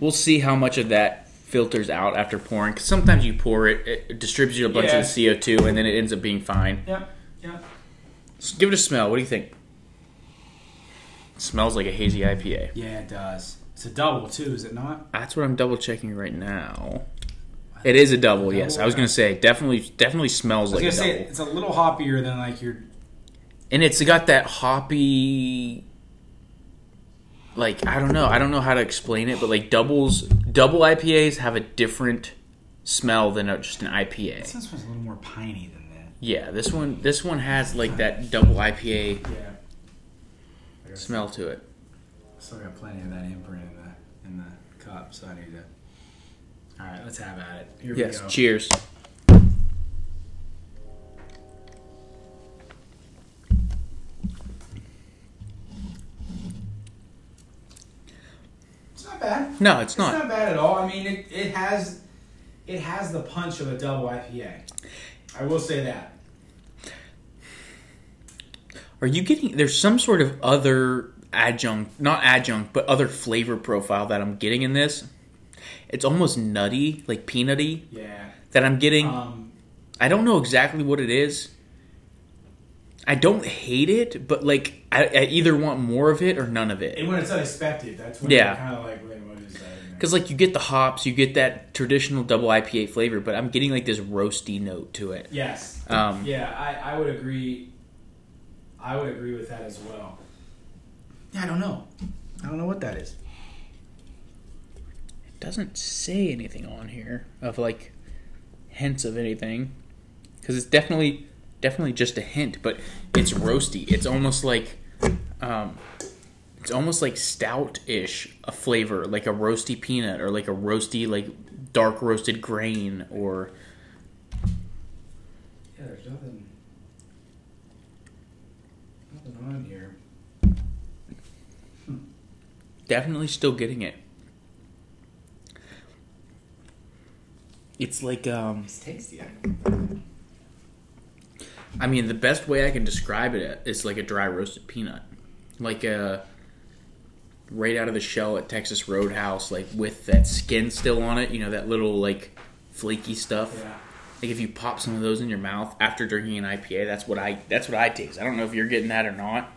Speaker 2: We'll see how much of that filters out after pouring. 'cause sometimes you pour it, it distributes a bunch
Speaker 1: Yeah.
Speaker 2: of the CO2, and then it ends up being fine.
Speaker 1: Yep, yep.
Speaker 2: Just give it a smell. What do you think? smells like a hazy IPA.
Speaker 1: Yeah, it does. It's a double too, is it not?
Speaker 2: That's what I'm double checking right now. It is a double, yes. I was gonna say definitely, definitely smells
Speaker 1: I was
Speaker 2: like a
Speaker 1: gonna
Speaker 2: double,
Speaker 1: say it's a little hoppier than like your.
Speaker 2: and it's got that hoppy. Like I don't know, I don't know how to explain it, but like doubles, double IPAs have a different smell than a, just an IPA.
Speaker 1: This one's a little more piney than that.
Speaker 2: Yeah, this one, this one has like that double IPA
Speaker 1: Yeah. I got-
Speaker 2: smell to it.
Speaker 1: Still got plenty of that imprint in the in the cup, so I need to. All right, let's have at it. Here
Speaker 2: Yes,
Speaker 1: we go.
Speaker 2: cheers.
Speaker 1: It's not bad. It's
Speaker 2: No, it's
Speaker 1: not.
Speaker 2: not.
Speaker 1: bad at all. I mean, it, it has it has the punch of a double IPA. I will say that.
Speaker 2: Are you getting there's some sort of other adjunct, not adjunct, but other flavor profile that I'm getting in this? It's almost nutty, like peanutty
Speaker 1: Yeah.
Speaker 2: that I'm getting.
Speaker 1: Um,
Speaker 2: I don't know exactly what it is. I don't hate it, but like I, I either want more of it or none of
Speaker 1: and
Speaker 2: it.
Speaker 1: when it's unexpected, that's when
Speaker 2: Yeah.
Speaker 1: you're kind of like, wait, what is that? in there?
Speaker 2: Cuz like you get the hops, you get that traditional double IPA flavor, but I'm getting like this roasty note to it.
Speaker 1: Yes.
Speaker 2: Um
Speaker 1: Yeah, I, I would agree. I would agree with that as well. Yeah, I don't know. I don't know what that is.
Speaker 2: it doesn't say anything on here of like hints of anything because it's definitely definitely just a hint but it's roasty it's almost like um it's almost like stout-ish a flavor like a roasty peanut or like a roasty like dark roasted grain or
Speaker 1: Yeah, there's nothing. Nothing on here.
Speaker 2: definitely still getting it it's like um
Speaker 1: It's tasty.
Speaker 2: I mean, the best way I can describe it is like a dry roasted peanut, like a right out of the shell at Texas Roadhouse, like with that skin still on it. You know that little like flaky stuff.
Speaker 1: Yeah.
Speaker 2: Like if you pop some of those in your mouth after drinking an IPA, that's what I that's what I taste. I don't know if you're getting that or not.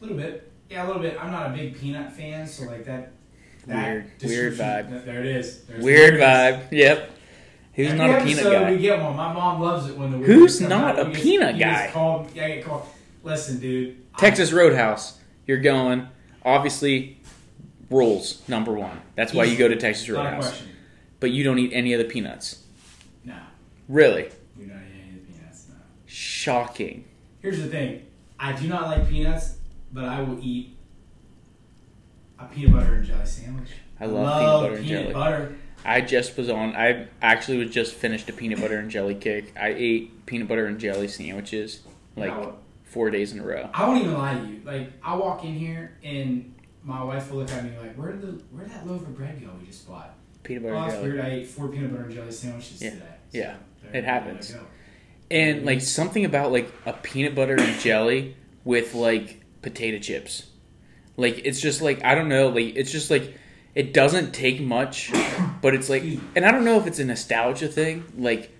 Speaker 1: A little bit. Yeah, a little bit. I'm not a big peanut fan, so like that
Speaker 2: Weird, weird
Speaker 1: description-
Speaker 2: vibe.
Speaker 1: th- There it is. There's
Speaker 2: Weird
Speaker 1: the difference.
Speaker 2: vibe. Yep. Who's
Speaker 1: Every
Speaker 2: not a peanut
Speaker 1: episode We
Speaker 2: guy?
Speaker 1: get one. My mom loves it when the
Speaker 2: Who's
Speaker 1: weirdos come
Speaker 2: not
Speaker 1: out.
Speaker 2: a
Speaker 1: You just-
Speaker 2: peanut
Speaker 1: you just
Speaker 2: guy?
Speaker 1: call- yeah, I get called. Listen, dude. I-
Speaker 2: Texas Roadhouse. You're going. Obviously, rolls number one. That's why you go to Texas
Speaker 1: Not a
Speaker 2: Roadhouse.
Speaker 1: question.
Speaker 2: But you don't eat any of the peanuts.
Speaker 1: No,
Speaker 2: Really?
Speaker 1: you're not eating any of the peanuts. No.
Speaker 2: Shocking.
Speaker 1: Here's the thing. I do not like peanuts, but I will eat a peanut butter and jelly sandwich.
Speaker 2: I love peanut butter and jelly.
Speaker 1: butter.
Speaker 2: I just was on. I actually was just finished a peanut butter and jelly cake. I ate peanut butter and jelly sandwiches like
Speaker 1: No.
Speaker 2: four days in a row.
Speaker 1: I won't even lie to you. Like I walk in here and my wife will look at me like, "Where did the where did that loaf of bread go we just bought?"
Speaker 2: Peanut
Speaker 1: Oh,
Speaker 2: butter and
Speaker 1: that's
Speaker 2: jelly.
Speaker 1: weird. I ate four peanut butter and jelly sandwiches
Speaker 2: Yeah.
Speaker 1: today.
Speaker 2: Yeah.
Speaker 1: there-
Speaker 2: It
Speaker 1: there
Speaker 2: happens.
Speaker 1: you go.
Speaker 2: And like something about like a peanut butter and jelly with like potato chips. Like it's just like I don't know, like it's just like it doesn't take much, but it's like and I don't know if it's a nostalgia thing, like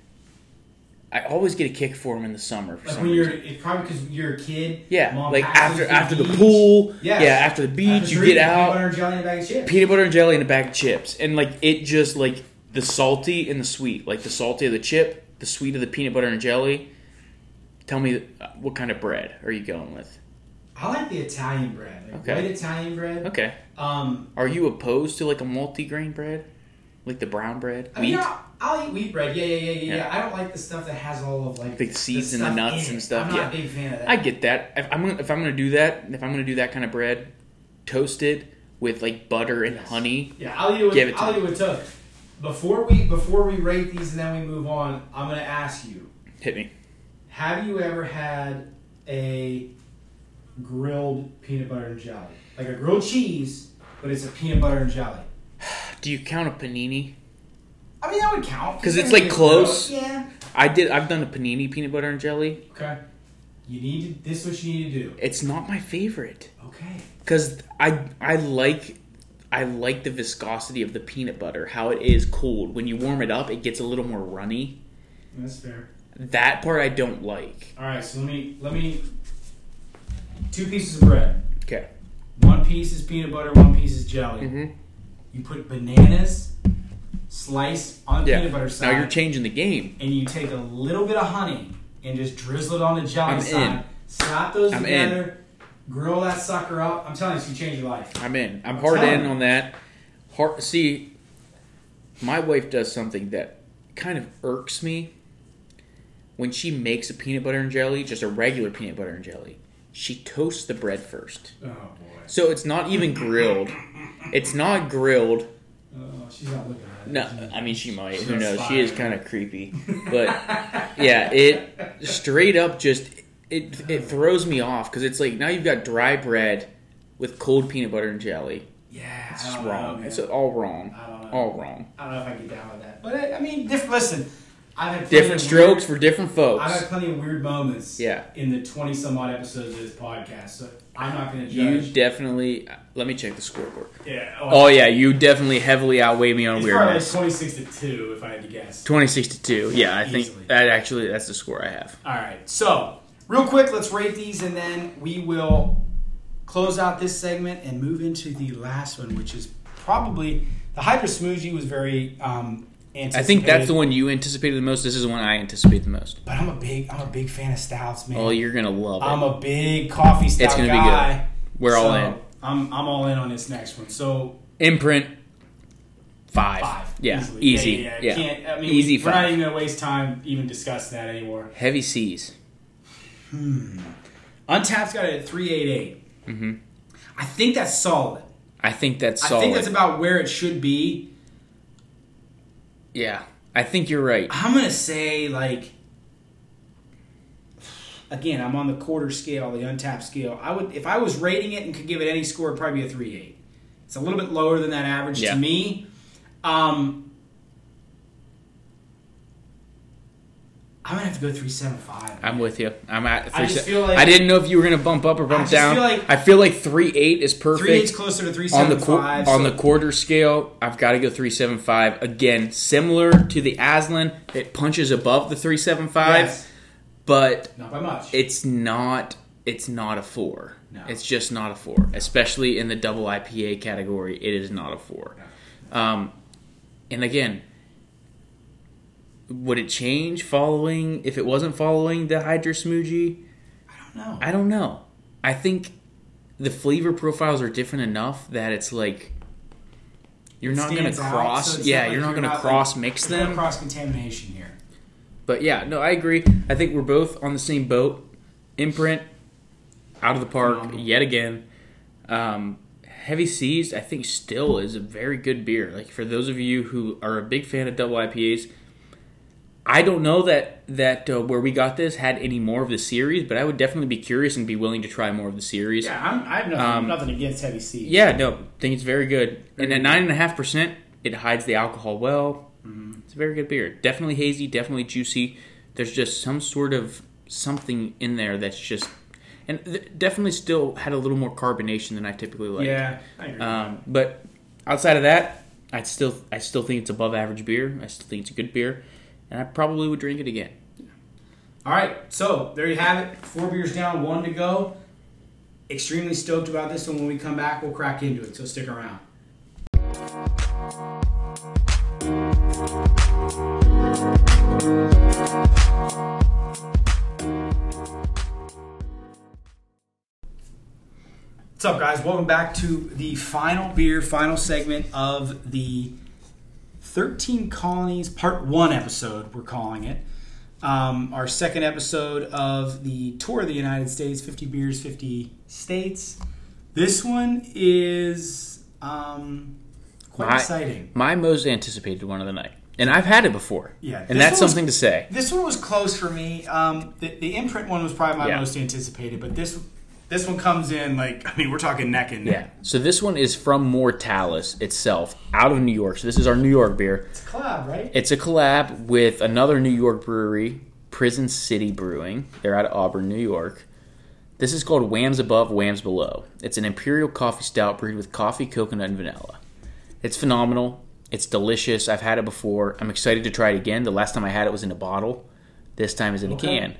Speaker 2: I always get a kick for them in the summer for
Speaker 1: Like
Speaker 2: some
Speaker 1: when you're,
Speaker 2: reason.
Speaker 1: it's probably because you're a kid.
Speaker 2: Yeah,
Speaker 1: Mom
Speaker 2: like
Speaker 1: packs
Speaker 2: after
Speaker 1: us
Speaker 2: after the
Speaker 1: beach.
Speaker 2: pool,
Speaker 1: Yes.
Speaker 2: yeah, after the beach,
Speaker 1: After
Speaker 2: you
Speaker 1: drinking
Speaker 2: get
Speaker 1: Peanut
Speaker 2: out,
Speaker 1: butter and jelly and a bag of chips.
Speaker 2: peanut butter and jelly and a bag of chips, and like it just like the salty and the sweet, like the salty of the chip, the sweet of the peanut butter and jelly. Tell me uh, what kind of bread are you going with?
Speaker 1: I like the Italian bread, like
Speaker 2: Okay.
Speaker 1: white Italian bread.
Speaker 2: Okay,
Speaker 1: Um,
Speaker 2: are you opposed to like a multi-grain bread, like the brown bread,
Speaker 1: I
Speaker 2: wheat,
Speaker 1: mean, I'll, I'll eat wheat bread. Yeah, yeah, yeah, yeah,
Speaker 2: Yeah.
Speaker 1: yeah. I don't like the stuff that has all of like
Speaker 2: the seeds and the
Speaker 1: stuff
Speaker 2: nuts
Speaker 1: in
Speaker 2: and
Speaker 1: it.
Speaker 2: stuff?
Speaker 1: I'm not
Speaker 2: yeah,
Speaker 1: a big fan of that.
Speaker 2: I get that. If I'm gonna, if I'm gonna do that, if I'm gonna do that kind of bread, toasted with like butter and
Speaker 1: Yes.
Speaker 2: honey.
Speaker 1: yeah, I'll eat it. With,
Speaker 2: Give it to
Speaker 1: I'll
Speaker 2: me.
Speaker 1: eat it with toast. Before we before we rate these and then we move on, I'm gonna ask you:
Speaker 2: Hit me.
Speaker 1: Have you ever had a grilled peanut butter and jelly, like a grilled cheese, but it's a peanut butter and jelly?
Speaker 2: Do you count a panini?
Speaker 1: I mean, that would count
Speaker 2: 'Cause it's,
Speaker 1: technically
Speaker 2: like,
Speaker 1: grilled.
Speaker 2: close.
Speaker 1: Yeah.
Speaker 2: I did. I've done a panini peanut butter and jelly.
Speaker 1: Okay. You need to, this. Is what you need to do.
Speaker 2: It's not my favorite
Speaker 1: Okay.
Speaker 2: because I I like I like the viscosity of the peanut butter. How it is cold when you warm it up, it gets a little more runny.
Speaker 1: That's fair.
Speaker 2: That part I don't like.
Speaker 1: All right, so let me let me two pieces of bread.
Speaker 2: Okay.
Speaker 1: One piece is peanut butter, one piece is jelly.
Speaker 2: Mm-hmm.
Speaker 1: You put bananas sliced on the
Speaker 2: Yeah.
Speaker 1: peanut butter
Speaker 2: Now
Speaker 1: side,
Speaker 2: you're changing the game.
Speaker 1: and you take a little bit of honey and just drizzle it on the jelly
Speaker 2: I'm
Speaker 1: side.
Speaker 2: in.
Speaker 1: Slap those
Speaker 2: I'm in.
Speaker 1: together, grill that sucker up. I'm telling you, it's gonna change your life.
Speaker 2: I'm in. I'm
Speaker 1: I'm
Speaker 2: hard
Speaker 1: telling
Speaker 2: in
Speaker 1: you.
Speaker 2: on that. Hard. See, my wife does something that kind of irks me. When she makes a peanut butter and jelly, just a regular peanut butter and jelly, she toasts the bread first.
Speaker 1: Oh boy.
Speaker 2: So it's not even grilled. It's not grilled.
Speaker 1: Oh, she's not looking at it.
Speaker 2: No, I mean she might. Who knows? She is kind of creepy. But
Speaker 1: But
Speaker 2: yeah, it straight up just it it throws me off because it's like now you've got dry bread with cold peanut butter and jelly.
Speaker 1: Yeah,
Speaker 2: It's
Speaker 1: I
Speaker 2: just
Speaker 1: don't Know,
Speaker 2: wrong.
Speaker 1: Oh, man.
Speaker 2: It's all wrong.
Speaker 1: I don't know.
Speaker 2: All wrong.
Speaker 1: I don't know if I can get down with that. But I, I mean, diff- listen, I've had plenty
Speaker 2: Different
Speaker 1: of
Speaker 2: strokes for different
Speaker 1: Weird, I've
Speaker 2: folks.
Speaker 1: had plenty of weird moments.
Speaker 2: Yeah.
Speaker 1: In the twenty some odd episodes of this podcast, so I'm not going to
Speaker 2: You
Speaker 1: judge.
Speaker 2: definitely. Let me check the scoreboard.
Speaker 1: yeah.
Speaker 2: Oh yeah, you definitely heavily outweigh me on
Speaker 1: it's probably like
Speaker 2: weirdness.
Speaker 1: twenty six to two, if I had to guess.
Speaker 2: Twenty six to two. Yeah, I
Speaker 1: Easily.
Speaker 2: think that actually that's the score I have.
Speaker 1: All right. So real quick, let's rate these, and then we will close out this segment and move into the last one, which is probably the Hydra Smoothie was very. Um,
Speaker 2: I think that's
Speaker 1: anticipated,
Speaker 2: the one you anticipated the most. This is the one I anticipate the most.
Speaker 1: But I'm a big, I'm a big fan of stouts, man.
Speaker 2: Oh, you're gonna love it.
Speaker 1: I'm a big coffee stout
Speaker 2: It's gonna be good.
Speaker 1: guy.
Speaker 2: We're all
Speaker 1: Um, So,
Speaker 2: in.
Speaker 1: I'm I'm all in on this next one. So
Speaker 2: Imprint five.
Speaker 1: five.
Speaker 2: Yeah,
Speaker 1: easily.
Speaker 2: easy.
Speaker 1: Yeah,
Speaker 2: Yeah,
Speaker 1: yeah, yeah. Can't, I mean,
Speaker 2: easy
Speaker 1: We're
Speaker 2: five.
Speaker 1: not even gonna waste time even discussing that anymore.
Speaker 2: Heavy C's.
Speaker 1: Hmm. Untapped's got it at three eight eight. I think that's solid.
Speaker 2: I think that's Mm-hmm. solid.
Speaker 1: I think that's about where it should be.
Speaker 2: yeah, I think you're right.
Speaker 1: I'm gonna say like. Again, I'm on the quarter scale, the untapped scale. I would, if I was rating it and could give it any score, it'd probably be a three eight. It's a little bit lower than that average
Speaker 2: Yeah.
Speaker 1: to me. Um, I'm gonna have to go three seven five.
Speaker 2: I'm with you. I'm at. Three
Speaker 1: I just feel like-
Speaker 2: I didn't know if you were gonna bump up or bump
Speaker 1: just
Speaker 2: down.
Speaker 1: feel like-
Speaker 2: I feel like three eight is
Speaker 1: Three eight's
Speaker 2: perfect
Speaker 1: closer to three
Speaker 2: on
Speaker 1: seven
Speaker 2: the qu-
Speaker 1: five.
Speaker 2: on the quarter scale. I've got to go three seven five again. Similar to the Aslan, it punches above the three seven five, but
Speaker 1: not by much.
Speaker 2: it's not it's not a four.
Speaker 1: No.
Speaker 2: It's just not a four, especially in the double IPA category. It is not a four. Um, and again, would it change following if it wasn't following the Hydra Smoogie?
Speaker 1: I don't know.
Speaker 2: I don't know. I think the flavor profiles are different enough that it's like you're
Speaker 1: It
Speaker 2: not gonna
Speaker 1: stands out,
Speaker 2: cross.
Speaker 1: so it's not
Speaker 2: yeah,
Speaker 1: like
Speaker 2: you're not
Speaker 1: you're
Speaker 2: gonna
Speaker 1: not, like,
Speaker 2: cross mix
Speaker 1: There's no
Speaker 2: them.
Speaker 1: cross contamination here.
Speaker 2: But yeah, no, I agree. I think we're both on the same boat. Imprint out of the park
Speaker 1: Phenomenal.
Speaker 2: yet again. Um, Heavy Seas, I think, still is a very good beer. Like for those of you who are a big fan of double IPAs, I don't know that that uh, where we got this had any more of the series, but I would definitely be curious and be willing to try more of the series.
Speaker 1: Yeah, I'm, I have nothing,
Speaker 2: Um,
Speaker 1: nothing against heavy C.
Speaker 2: Yeah, no, think it's very good. and at
Speaker 1: good.
Speaker 2: nine and a half percent, it hides the alcohol well.
Speaker 1: Mm-hmm.
Speaker 2: It's a very good beer. Definitely hazy, definitely juicy. There's just some sort of something in there that's just, and th- definitely still had a little more carbonation than I typically like.
Speaker 1: yeah, I agree.
Speaker 2: Um, but outside of that, I still I still think it's above average beer. I still think it's a good beer, and I probably would drink it again.
Speaker 1: All right, so there you have it. Four beers down, one to go. Extremely stoked about this one. When we come back, we'll crack into it. So stick around. What's up, guys? Welcome back to the final beer, final segment of the 13 Colonies Part 1 episode, we're calling it. Um, our second episode of the Tour of the United States 50 Beers, 50 States. This one is um, quite
Speaker 2: My-
Speaker 1: exciting.
Speaker 2: My most anticipated one of the night, and I've had it before.
Speaker 1: Yeah,
Speaker 2: and
Speaker 1: this
Speaker 2: that's
Speaker 1: one's-
Speaker 2: something to say.
Speaker 1: This one was close for me. Um, the, the imprint one was probably my
Speaker 2: Yeah.
Speaker 1: most anticipated, but this this one comes in like I mean we're talking neck and
Speaker 2: Yeah.
Speaker 1: neck.
Speaker 2: So this one is from Mortalis itself, out of New York. So this is our New York beer.
Speaker 1: It's a collab, right?
Speaker 2: It's a collab with another New York brewery, Prison City Brewing. They're out of Auburn, New York. This is called Whams Above, Whams Below. It's an imperial coffee stout brewed with coffee, coconut, and vanilla. It's phenomenal. It's delicious. I've had it before. I'm excited to try it again. The last time I had it was in a bottle. This time is in
Speaker 1: Okay.
Speaker 2: a can.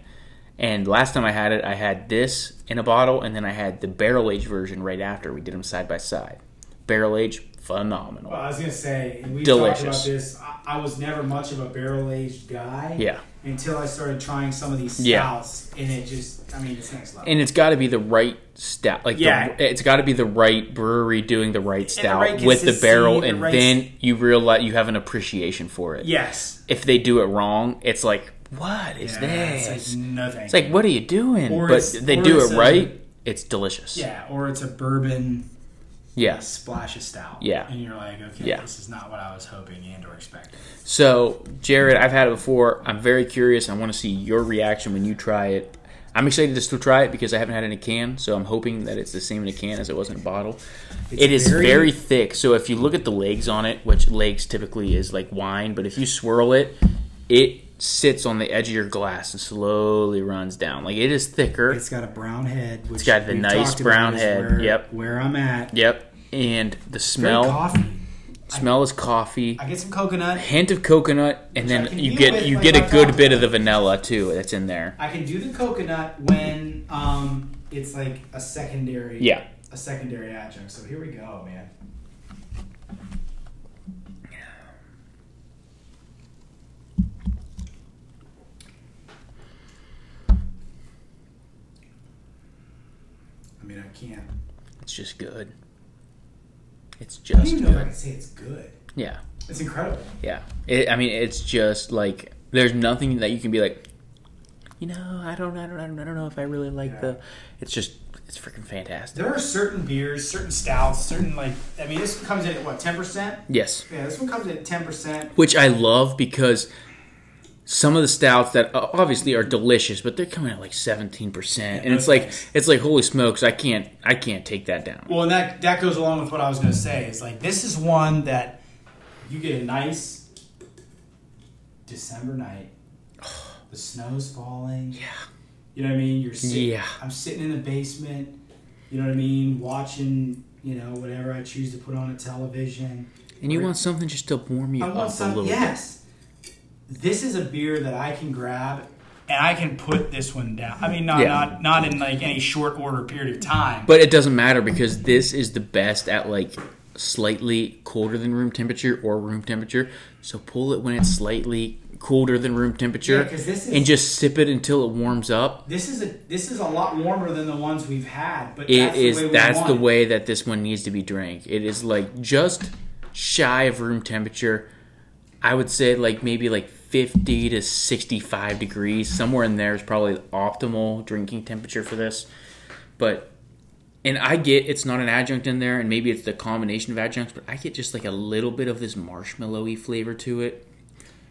Speaker 2: And last time I had it, I had this in a bottle, and then I had the barrel aged version right after. We did them side by side. Barrel aged, phenomenal.
Speaker 1: Well, I was gonna say, and we talked
Speaker 2: Delicious.
Speaker 1: about this. I, I was never much of a barrel aged guy.
Speaker 2: Yeah.
Speaker 1: Until I started trying some of these
Speaker 2: Yeah.
Speaker 1: stouts, and it just, I mean, it's next level.
Speaker 2: and it's got to be the right stout. Like,
Speaker 1: Yeah.
Speaker 2: the, it's got to be the right brewery doing the right
Speaker 1: the
Speaker 2: stout
Speaker 1: right
Speaker 2: with the
Speaker 1: consistency,
Speaker 2: barrel,
Speaker 1: the
Speaker 2: and
Speaker 1: right-
Speaker 2: then you realize you have an appreciation for it.
Speaker 1: yes.
Speaker 2: If they do it wrong, it's like, what is
Speaker 1: Yeah,
Speaker 2: this?
Speaker 1: It's like nothing.
Speaker 2: It's like, what are you doing?
Speaker 1: Or
Speaker 2: but
Speaker 1: it's-
Speaker 2: they
Speaker 1: or
Speaker 2: do
Speaker 1: it's
Speaker 2: it
Speaker 1: a-
Speaker 2: right. It's delicious.
Speaker 1: yeah, or it's a bourbon
Speaker 2: Yeah.
Speaker 1: splash of stout.
Speaker 2: Yeah.
Speaker 1: And you're like, okay,
Speaker 2: Yeah.
Speaker 1: this is not what I was hoping and or expecting.
Speaker 2: So, Jared, I've had it before. I'm very curious. I want to see your reaction when you try it. I'm excited to still try it because I haven't had it in a can, so I'm hoping that it's the same in a can as it was in a bottle. It is
Speaker 1: very-
Speaker 2: very, thick. So if you look at the legs on it, which legs typically is like wine, but if you swirl it, it sits on the edge of your glass and slowly runs down. Like it is thicker.
Speaker 1: It's got a brown head. Which it's
Speaker 2: got the nice brown head,
Speaker 1: Where,
Speaker 2: yep.
Speaker 1: Where I'm at.
Speaker 2: yep. And the
Speaker 1: Very
Speaker 2: smell
Speaker 1: coffee.
Speaker 2: smell is coffee.
Speaker 1: I get some coconut.
Speaker 2: Hint of coconut and
Speaker 1: I
Speaker 2: then
Speaker 1: can
Speaker 2: you
Speaker 1: deal
Speaker 2: get
Speaker 1: with,
Speaker 2: you
Speaker 1: like
Speaker 2: get
Speaker 1: I
Speaker 2: a good
Speaker 1: talked
Speaker 2: bit of
Speaker 1: about.
Speaker 2: the vanilla too that's in there.
Speaker 1: I can do the coconut when um, it's like a secondary.
Speaker 2: Yeah.
Speaker 1: A secondary adjunct. So here we go, man. I mean, I can't.
Speaker 2: It's just good. It's
Speaker 1: I don't
Speaker 2: just
Speaker 1: even know if I
Speaker 2: good.
Speaker 1: can say it's good.
Speaker 2: Yeah,
Speaker 1: It's incredible.
Speaker 2: yeah. It, I mean, it's just like there's nothing that you can be like, you know, I don't, I don't, I don't, I don't know if I really like
Speaker 1: Yeah.
Speaker 2: the. It's just, it's freaking fantastic.
Speaker 1: There are certain beers, certain stouts, certain like. I mean, this comes in at what ten percent.
Speaker 2: Yes,
Speaker 1: Yeah, this one comes in at ten percent.
Speaker 2: which I love because some of the stouts that o- obviously are delicious, but they're coming at like seventeen percent, and
Speaker 1: no
Speaker 2: it's like,
Speaker 1: thanks.
Speaker 2: it's like holy smokes, I can't, I can't take that down.
Speaker 1: Well, and that that goes along with what I was going to say. Is like this is one that you get a nice December night. The snow's falling. Yeah. You know what I mean? You're sitting,
Speaker 2: Yeah.
Speaker 1: I'm sitting in the basement. You know what I mean? Watching, you know, whatever I choose to put on a television.
Speaker 2: And you want something just to warm you
Speaker 1: I
Speaker 2: up
Speaker 1: want
Speaker 2: a
Speaker 1: some.
Speaker 2: little bit.
Speaker 1: Yes. This is a beer that I can grab and I can put this one down. I mean, not
Speaker 2: Yeah.
Speaker 1: not not in like any short order period of time.
Speaker 2: But it doesn't matter because this is the best at like slightly colder than room temperature or room temperature. So pull it when it's slightly colder than room
Speaker 4: Yeah,
Speaker 2: temperature
Speaker 4: 'cause this is-
Speaker 2: and just sip it until it warms up.
Speaker 1: this is a this is a lot warmer than the ones we've had. But
Speaker 2: It
Speaker 1: that's
Speaker 2: is
Speaker 1: the way we
Speaker 2: that's
Speaker 1: want
Speaker 2: the
Speaker 1: it.
Speaker 2: way that this one needs to be drank. It is like just shy of room temperature. I would say like maybe like 50 to 65 degrees somewhere in there is probably the optimal drinking temperature for this. But and I get it's not an adjunct in there, and maybe it's the combination of adjuncts, but I get just like a little bit of this marshmallowy flavor to it.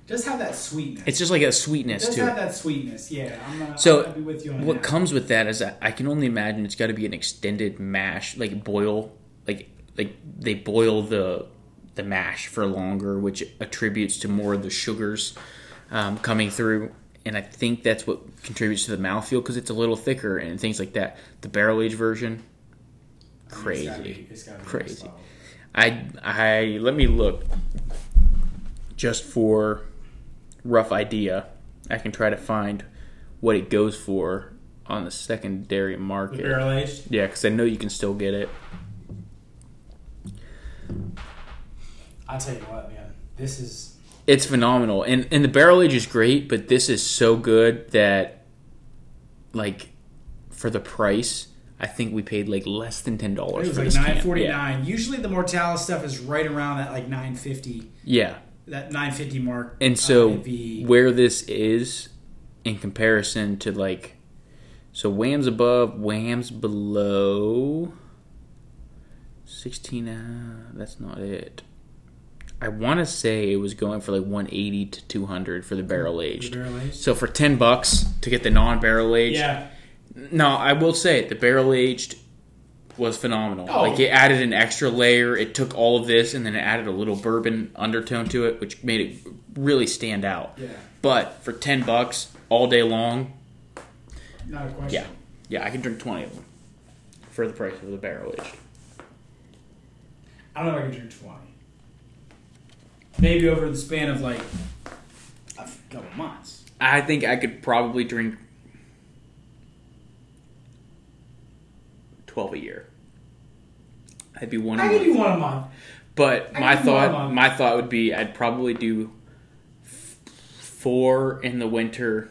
Speaker 1: does have that sweetness.
Speaker 2: It's just like a sweetness
Speaker 1: does
Speaker 2: to
Speaker 1: have
Speaker 2: it.
Speaker 1: that sweetness. Yeah, I'm gonna,
Speaker 2: So,
Speaker 1: I'm gonna be with you on
Speaker 2: What
Speaker 1: that.
Speaker 2: comes with that is that I can only imagine it's got to be an extended mash, like boil, like like they boil the the mash for longer, which attributes to more of the sugars um, coming through. And I think that's what contributes to the mouthfeel because it's a little thicker and things like that. The barrel aged version, crazy.
Speaker 1: It's gotta be- it's gotta be
Speaker 2: Crazy.
Speaker 1: solid.
Speaker 2: I I let me look just for rough idea. I can try to find what it goes for on the secondary
Speaker 1: The
Speaker 2: market.
Speaker 1: barrel aged.
Speaker 2: Yeah, because I know you can still get it.
Speaker 1: I'll tell you what, man. This is
Speaker 2: It's phenomenal, and and the barrel age is great, but this is so good that like for the price, I think we paid like less than ten
Speaker 1: it
Speaker 2: dollars
Speaker 1: was
Speaker 2: for
Speaker 1: like
Speaker 2: this can.
Speaker 1: nine forty nine. Usually the Mortalis stuff is right around that like nine fifty.
Speaker 2: Yeah. yeah.
Speaker 1: That nine fifty mark. Uh,
Speaker 2: And so
Speaker 1: it'd be-
Speaker 2: where this is in comparison to like so whams above, whams below. 16 uh, that's not it. I want to say it was going for like 180 to 200 for the barrel
Speaker 1: The
Speaker 2: aged.
Speaker 1: barrel aged.
Speaker 2: So for 10 bucks to get the non-barrel aged.
Speaker 1: Yeah,
Speaker 2: No, I will say it, the barrel aged was phenomenal.
Speaker 1: Oh.
Speaker 2: Like it added an extra layer. It took all of this and then it added a little bourbon undertone to it, which made it really stand out.
Speaker 1: yeah.
Speaker 2: But for ten bucks all day long,
Speaker 1: Not a question.
Speaker 2: yeah, yeah, I can drink twenty of them for the price of the barrel aged.
Speaker 1: I don't know if I can drink 20. Maybe over the span of like a couple months.
Speaker 2: I think I could probably drink twelve a year. I'd be one. a
Speaker 1: I give
Speaker 2: month.
Speaker 1: you one a month.
Speaker 2: But
Speaker 1: I
Speaker 2: my
Speaker 1: can do one
Speaker 2: thought,
Speaker 1: month.
Speaker 2: my thought would be, I'd probably do f- four in the winter,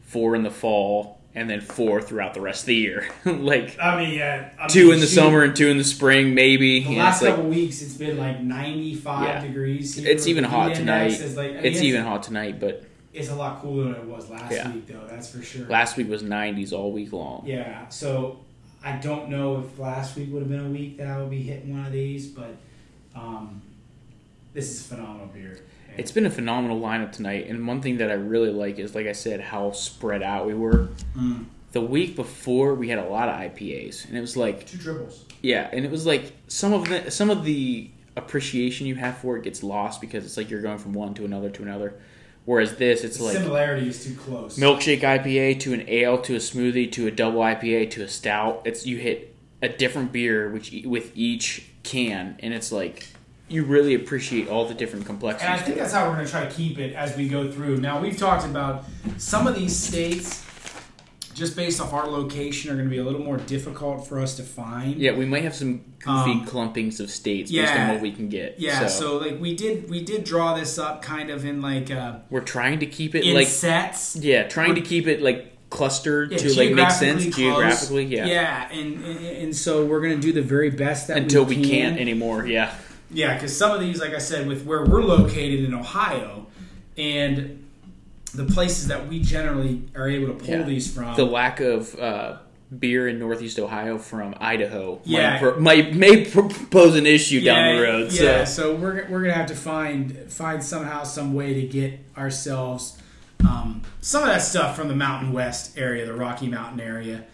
Speaker 2: four in the fall, and then four throughout the rest of the year. like
Speaker 1: I mean, yeah. I
Speaker 2: two
Speaker 1: mean,
Speaker 2: in the
Speaker 1: shoot,
Speaker 2: summer and two in the spring, maybe.
Speaker 1: The
Speaker 2: You know,
Speaker 1: last
Speaker 2: it's like-
Speaker 1: couple weeks, it's been like 95
Speaker 2: Yeah.
Speaker 1: degrees. Here.
Speaker 2: it's even
Speaker 1: The
Speaker 2: hot
Speaker 1: index
Speaker 2: tonight.
Speaker 1: is, like- I mean,
Speaker 2: it's even hot tonight, but
Speaker 1: It's a lot cooler than it was last
Speaker 2: Yeah.
Speaker 1: week, though. That's for sure.
Speaker 2: last week was 90s all week long.
Speaker 1: yeah. So I don't know if last week would have been a week that I would be hitting one of these, but um, this is phenomenal beer. And
Speaker 2: It's been a phenomenal lineup tonight, and one thing that I really like is, like I said, how spread out we were.
Speaker 1: Mm.
Speaker 2: The week before, we had a lot of IPAs, and it was like
Speaker 1: two triples.
Speaker 2: Yeah, and it was like some of the some of the appreciation you have for it gets lost because it's like you're going from one to another to another. Whereas this, it's
Speaker 1: The
Speaker 2: like
Speaker 1: similarity is too close.
Speaker 2: milkshake IPA to an ale to a smoothie to a double IPA to a stout. It's you hit a different beer which e- with each can, and it's like you really appreciate all the different
Speaker 1: And I
Speaker 2: complexities.
Speaker 1: think that's how we're going to try to keep it as we go through. Now, we've talked about some of these states, just based off our location, are going to be a little more difficult for us to find.
Speaker 2: Yeah, we might have some goofy
Speaker 1: Um,
Speaker 2: clumpings of states based on
Speaker 1: yeah.
Speaker 2: what we can get.
Speaker 1: Yeah,
Speaker 2: so,
Speaker 1: so, like we did, we did draw this up kind of in like uh,
Speaker 2: we're trying to keep it
Speaker 1: in
Speaker 2: like
Speaker 1: sets
Speaker 2: yeah, trying to keep it like clustered
Speaker 1: Yeah,
Speaker 2: to like make sense
Speaker 1: geographically close.
Speaker 2: geographically.
Speaker 1: yeah, and, and and so we're gonna do the very best that
Speaker 2: until
Speaker 1: we
Speaker 2: we can't anymore. Yeah,
Speaker 1: Yeah, because some of these, like I said, with where we're located in Ohio, and the places that we generally are able to pull
Speaker 2: Yeah.
Speaker 1: these from,
Speaker 2: the lack of uh, beer in Northeast Ohio from Idaho
Speaker 1: Yeah.
Speaker 2: might, pro- might may pro- pose an issue down the road.
Speaker 1: Yeah,
Speaker 2: So
Speaker 1: so we're we're gonna have to find find somehow some way to get ourselves um, some of that stuff from the Mountain West area, the Rocky Mountain area.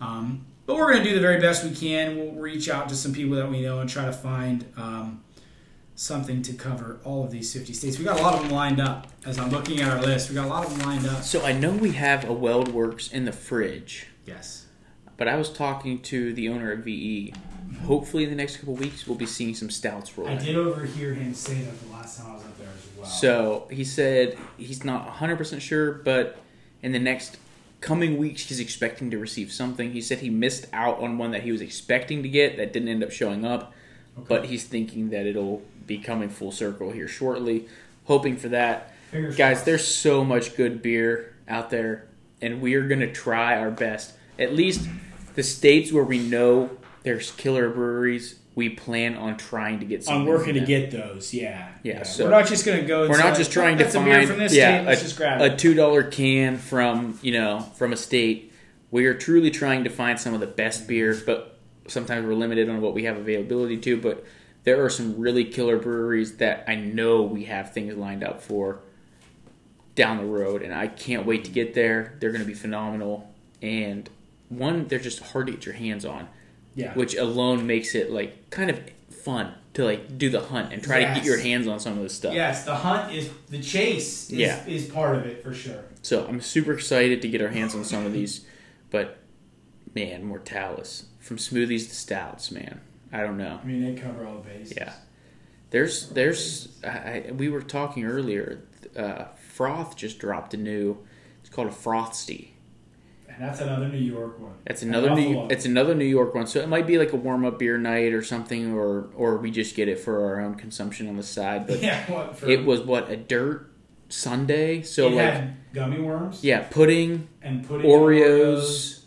Speaker 1: Um, but we're gonna do the very best we can. We'll reach out to some people that we know and try to find um, something to cover all of these 50 states. We got a lot of them lined up. As I'm looking at our list, we got a lot of them lined up.
Speaker 2: so I know we have a Weld Works in the fridge,
Speaker 1: Yes.
Speaker 2: but I was talking to the owner of VE. Hopefully, in the next couple weeks, we'll be seeing some stouts roll.
Speaker 1: I
Speaker 2: in.
Speaker 1: did overhear him say that the last time I was up there as well.
Speaker 2: So he said he's not 100% sure, but in the next coming weeks he's expecting to receive something. He said he missed out on one that he was expecting to get that didn't end up showing up, but he's thinking that it'll be coming full circle here shortly, hoping for that.
Speaker 4: Fingers
Speaker 2: Guys,
Speaker 4: crossed.
Speaker 2: there's so much good beer out there, and we are going to try our best. At least the states where we know there's killer breweries, we plan on trying to get something.
Speaker 5: on working
Speaker 2: from
Speaker 5: to
Speaker 2: them.
Speaker 5: get those. Yeah.
Speaker 2: Yeah, so
Speaker 1: we're not just gonna go. and
Speaker 2: we're
Speaker 1: say,
Speaker 2: not just trying to
Speaker 1: "That's a beer
Speaker 2: find
Speaker 1: from this
Speaker 2: yeah,
Speaker 1: state. Let's
Speaker 2: a,
Speaker 1: just grab
Speaker 2: a
Speaker 1: it.
Speaker 2: two dollar can from you know from a state. We are truly trying to find some of the best beer, but sometimes we're limited on what we have availability to. But there are some really killer breweries that I know we have things lined up for down the road, and I can't wait to get there. They're going to be phenomenal, and one they're just hard to get your hands on
Speaker 5: Yeah.
Speaker 2: which alone makes it like kind of fun to like do the hunt and try to get
Speaker 4: Yes.
Speaker 2: your hands on some of this stuff.
Speaker 4: Yes, the hunt is the chase is,
Speaker 2: Yeah.
Speaker 4: is part of it for sure.
Speaker 2: So I'm super excited to get our hands on some of these, but man, Mortalis from smoothies to stouts, man. I don't know.
Speaker 5: I mean, they cover all the bases.
Speaker 2: Yeah, there's there's I, I- we were talking earlier. Uh, Froth just dropped a new. It's called a Frothsty.
Speaker 5: And that's another New York one.
Speaker 2: That's another
Speaker 5: Buffalo.
Speaker 2: New. It's another New York one. So it might be like a warm up beer night or something, or or we just get it for our own consumption on the side. But
Speaker 4: Yeah, what for?
Speaker 2: it was what a dirt Sunday. So
Speaker 5: it
Speaker 2: like
Speaker 5: had gummy worms
Speaker 2: yeah, pudding,
Speaker 5: and pudding
Speaker 2: Oreos,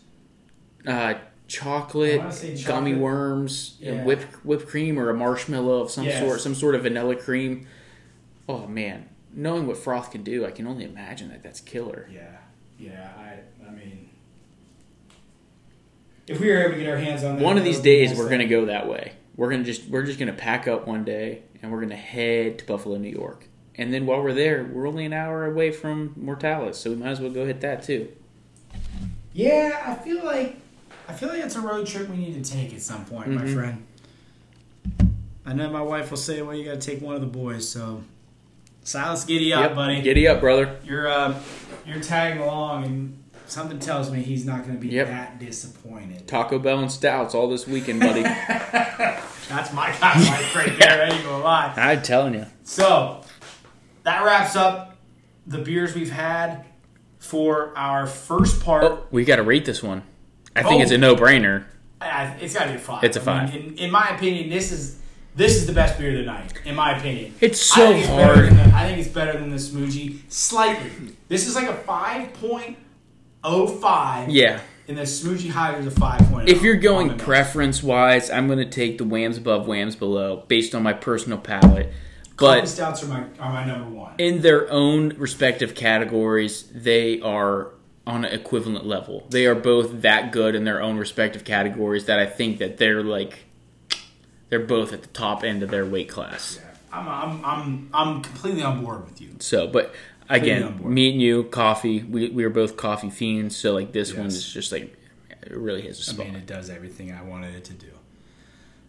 Speaker 2: uh,
Speaker 5: I
Speaker 2: chocolate,
Speaker 5: wanna say
Speaker 2: gummy
Speaker 5: chocolate.
Speaker 2: worms,
Speaker 5: Yeah.
Speaker 2: and whipped whipped cream or a marshmallow of some
Speaker 5: Yes.
Speaker 2: sort, some sort of vanilla cream. Oh man, knowing what froth can do, I can only imagine that that's killer.
Speaker 5: Yeah. Yeah. I. I mean.
Speaker 4: if we were able to get our hands on that,
Speaker 2: One of these
Speaker 4: that would be
Speaker 2: days,
Speaker 4: nice.
Speaker 2: we're gonna go that way. We're gonna just we're just gonna pack up one day and we're gonna head to Buffalo, New York. And then while we're there, we're only an hour away from Mortalis, so we might as well go hit that too.
Speaker 1: Yeah, I feel like I feel like it's a road trip we need to take at some point, my
Speaker 2: Mhm.
Speaker 1: friend. I know my wife will say, "Well, you got to take one of the boys." So, Silas, giddy up,
Speaker 2: Yep.
Speaker 1: buddy.
Speaker 2: Giddy up, brother.
Speaker 1: You're uh, you're tagging along, and something tells me he's not going to be
Speaker 2: Yep.
Speaker 1: that disappointed.
Speaker 2: Taco Bell and Stouts all this weekend, buddy.
Speaker 1: That's my kind of life right there. I ain't gonna lie.
Speaker 2: I'm telling you.
Speaker 1: So that wraps up the beers we've had for our first part.
Speaker 2: Oh, we got to rate this one. I think
Speaker 1: Oh.
Speaker 2: it's a no-brainer.
Speaker 1: I, it's got to be a five.
Speaker 2: It's a
Speaker 1: a
Speaker 2: five.
Speaker 1: in, in my opinion, this is this is the best beer of the night. In my opinion,
Speaker 2: It's
Speaker 1: I
Speaker 2: so
Speaker 1: think it's better
Speaker 2: hard.
Speaker 1: than the- I think it's better than the smoothie slightly. This is like a five point oh five.
Speaker 2: Yeah.
Speaker 1: And the smoothie higher is a five point. oh.
Speaker 2: If you're going preference-wise, I'm going to take the whams above, whams below, based on my personal palate.
Speaker 1: but
Speaker 2: But
Speaker 1: stouts are my are my number one.
Speaker 2: in their own respective categories, they are on an equivalent level. They are both that good in their own respective categories that I think that they're like they're both at the top end of their weight class.
Speaker 1: I'm, I'm I'm I'm completely on board with you.
Speaker 2: So, but
Speaker 1: on
Speaker 2: again,
Speaker 1: board.
Speaker 2: me and you, coffee. We we are both coffee fiends. So like this one
Speaker 1: Yes.
Speaker 2: is just like it really hits a
Speaker 1: I
Speaker 2: spot.
Speaker 1: mean, it does everything I wanted it to do.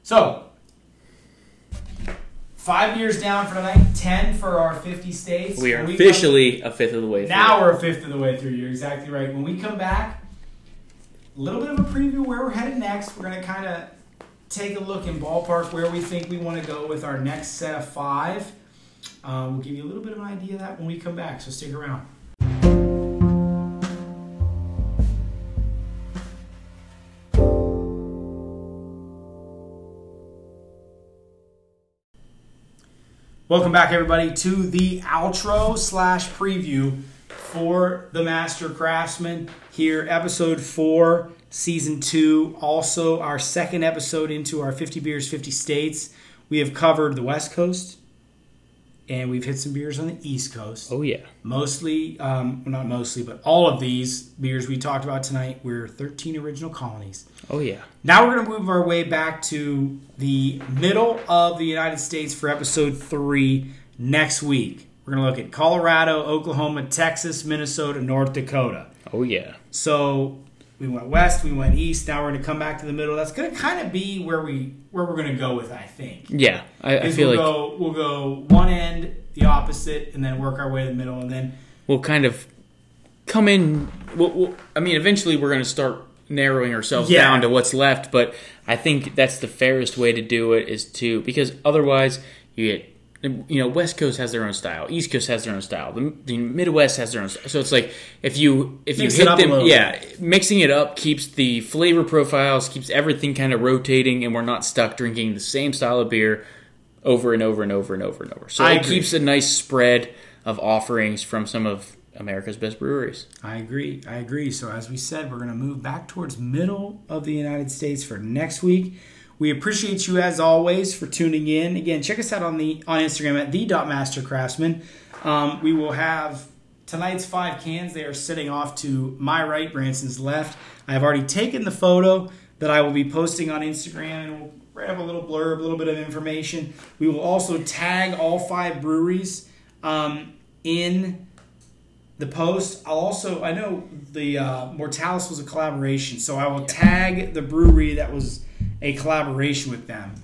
Speaker 1: So, five years down for tonight, ten for our 50 states.
Speaker 2: we are
Speaker 1: When come-
Speaker 2: officially a fifth of the way. through.
Speaker 1: now we're a fifth of the way through. You're exactly right. When we come back, a little bit of a preview where we're headed next. We're going to kind of take a look in ballpark where we think we want to go with our next set of five. Uh, we'll give you a little bit of an idea of that when we come back, so stick around. Welcome back, everybody, to the outro slash preview for the Master Craftsman here, episode four, season two. Also, our second episode into our 50 Beers, 50 States. We have covered the West Coast and we've hit some beers on the East Coast.
Speaker 2: Oh yeah,
Speaker 1: Mostly, um, well, not mostly, but all of these beers we talked about tonight were 13 original colonies.
Speaker 2: oh yeah.
Speaker 1: Now we're going to move our way back to the middle of the United States for episode three next week. We're going to look at Colorado, Oklahoma, Texas, Minnesota, North Dakota.
Speaker 2: Oh yeah.
Speaker 1: So we went west, we went east. Now we're going to come back to the middle. That's going to kind of be where we where we're going to go with, I think.
Speaker 2: Yeah, I, I
Speaker 1: Is
Speaker 2: feel
Speaker 1: we'll
Speaker 2: like
Speaker 1: go we'll go one end, the opposite, and then work our way to the middle, and then
Speaker 2: we'll kind of come in. We'll, we'll, I mean, eventually we're going to start narrowing ourselves
Speaker 1: Yeah.
Speaker 2: down to what's left, but I think that's the fairest way to do it is to because otherwise you get you know, West Coast has their own style, East Coast has their own style, the, the Midwest has their own. Style. So it's like if you if
Speaker 1: Mix
Speaker 2: you
Speaker 1: it
Speaker 2: hit
Speaker 1: up a
Speaker 2: them,
Speaker 1: little
Speaker 2: yeah, mixing it up keeps the flavor profiles, keeps everything kind of rotating, and we're not stuck drinking the same style of beer over and over and over and over and over. So
Speaker 1: I
Speaker 2: it
Speaker 1: agree.
Speaker 2: keeps a nice spread of offerings from some of America's best breweries.
Speaker 1: I agree. I agree. So, as we said, we're going to move back towards middle of the United States for next week. We appreciate you as always for tuning in. Again, check us out on the on Instagram at the dot master craftsman. Um, we will have tonight's five cans. They are sitting off to my right, Branson's left. I have already taken the photo that I will be posting on Instagram, and we'll write up a little blurb, a little bit of information. We will also tag all five breweries um, in the post. I'll also I know the uh, Mortalis was a collaboration, so I will tag the brewery that was a collaboration with them.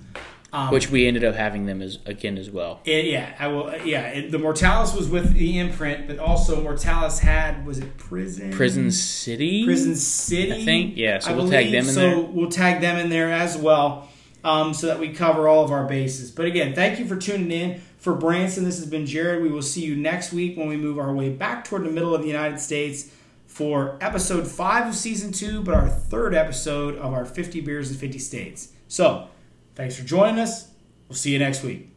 Speaker 1: Um,
Speaker 2: Which we ended up having them as again as well.
Speaker 1: it- yeah, I will. Yeah, it, the Mortalis was with the imprint, but also Mortalis had was it prison
Speaker 2: Prison City.
Speaker 1: Prison City.
Speaker 2: I think, yeah, so
Speaker 1: I
Speaker 2: we'll tag them in
Speaker 1: so
Speaker 2: there.
Speaker 1: we'll tag them in there as well, um, so that we cover all of our bases. But again, thank you for tuning in. For Branson, this has been Jared. We will see you next week when we move our way back toward the middle of the United States for episode five of season two, but our third episode of our 50 beers in 50 states. So, thanks for joining us. We'll see you next week.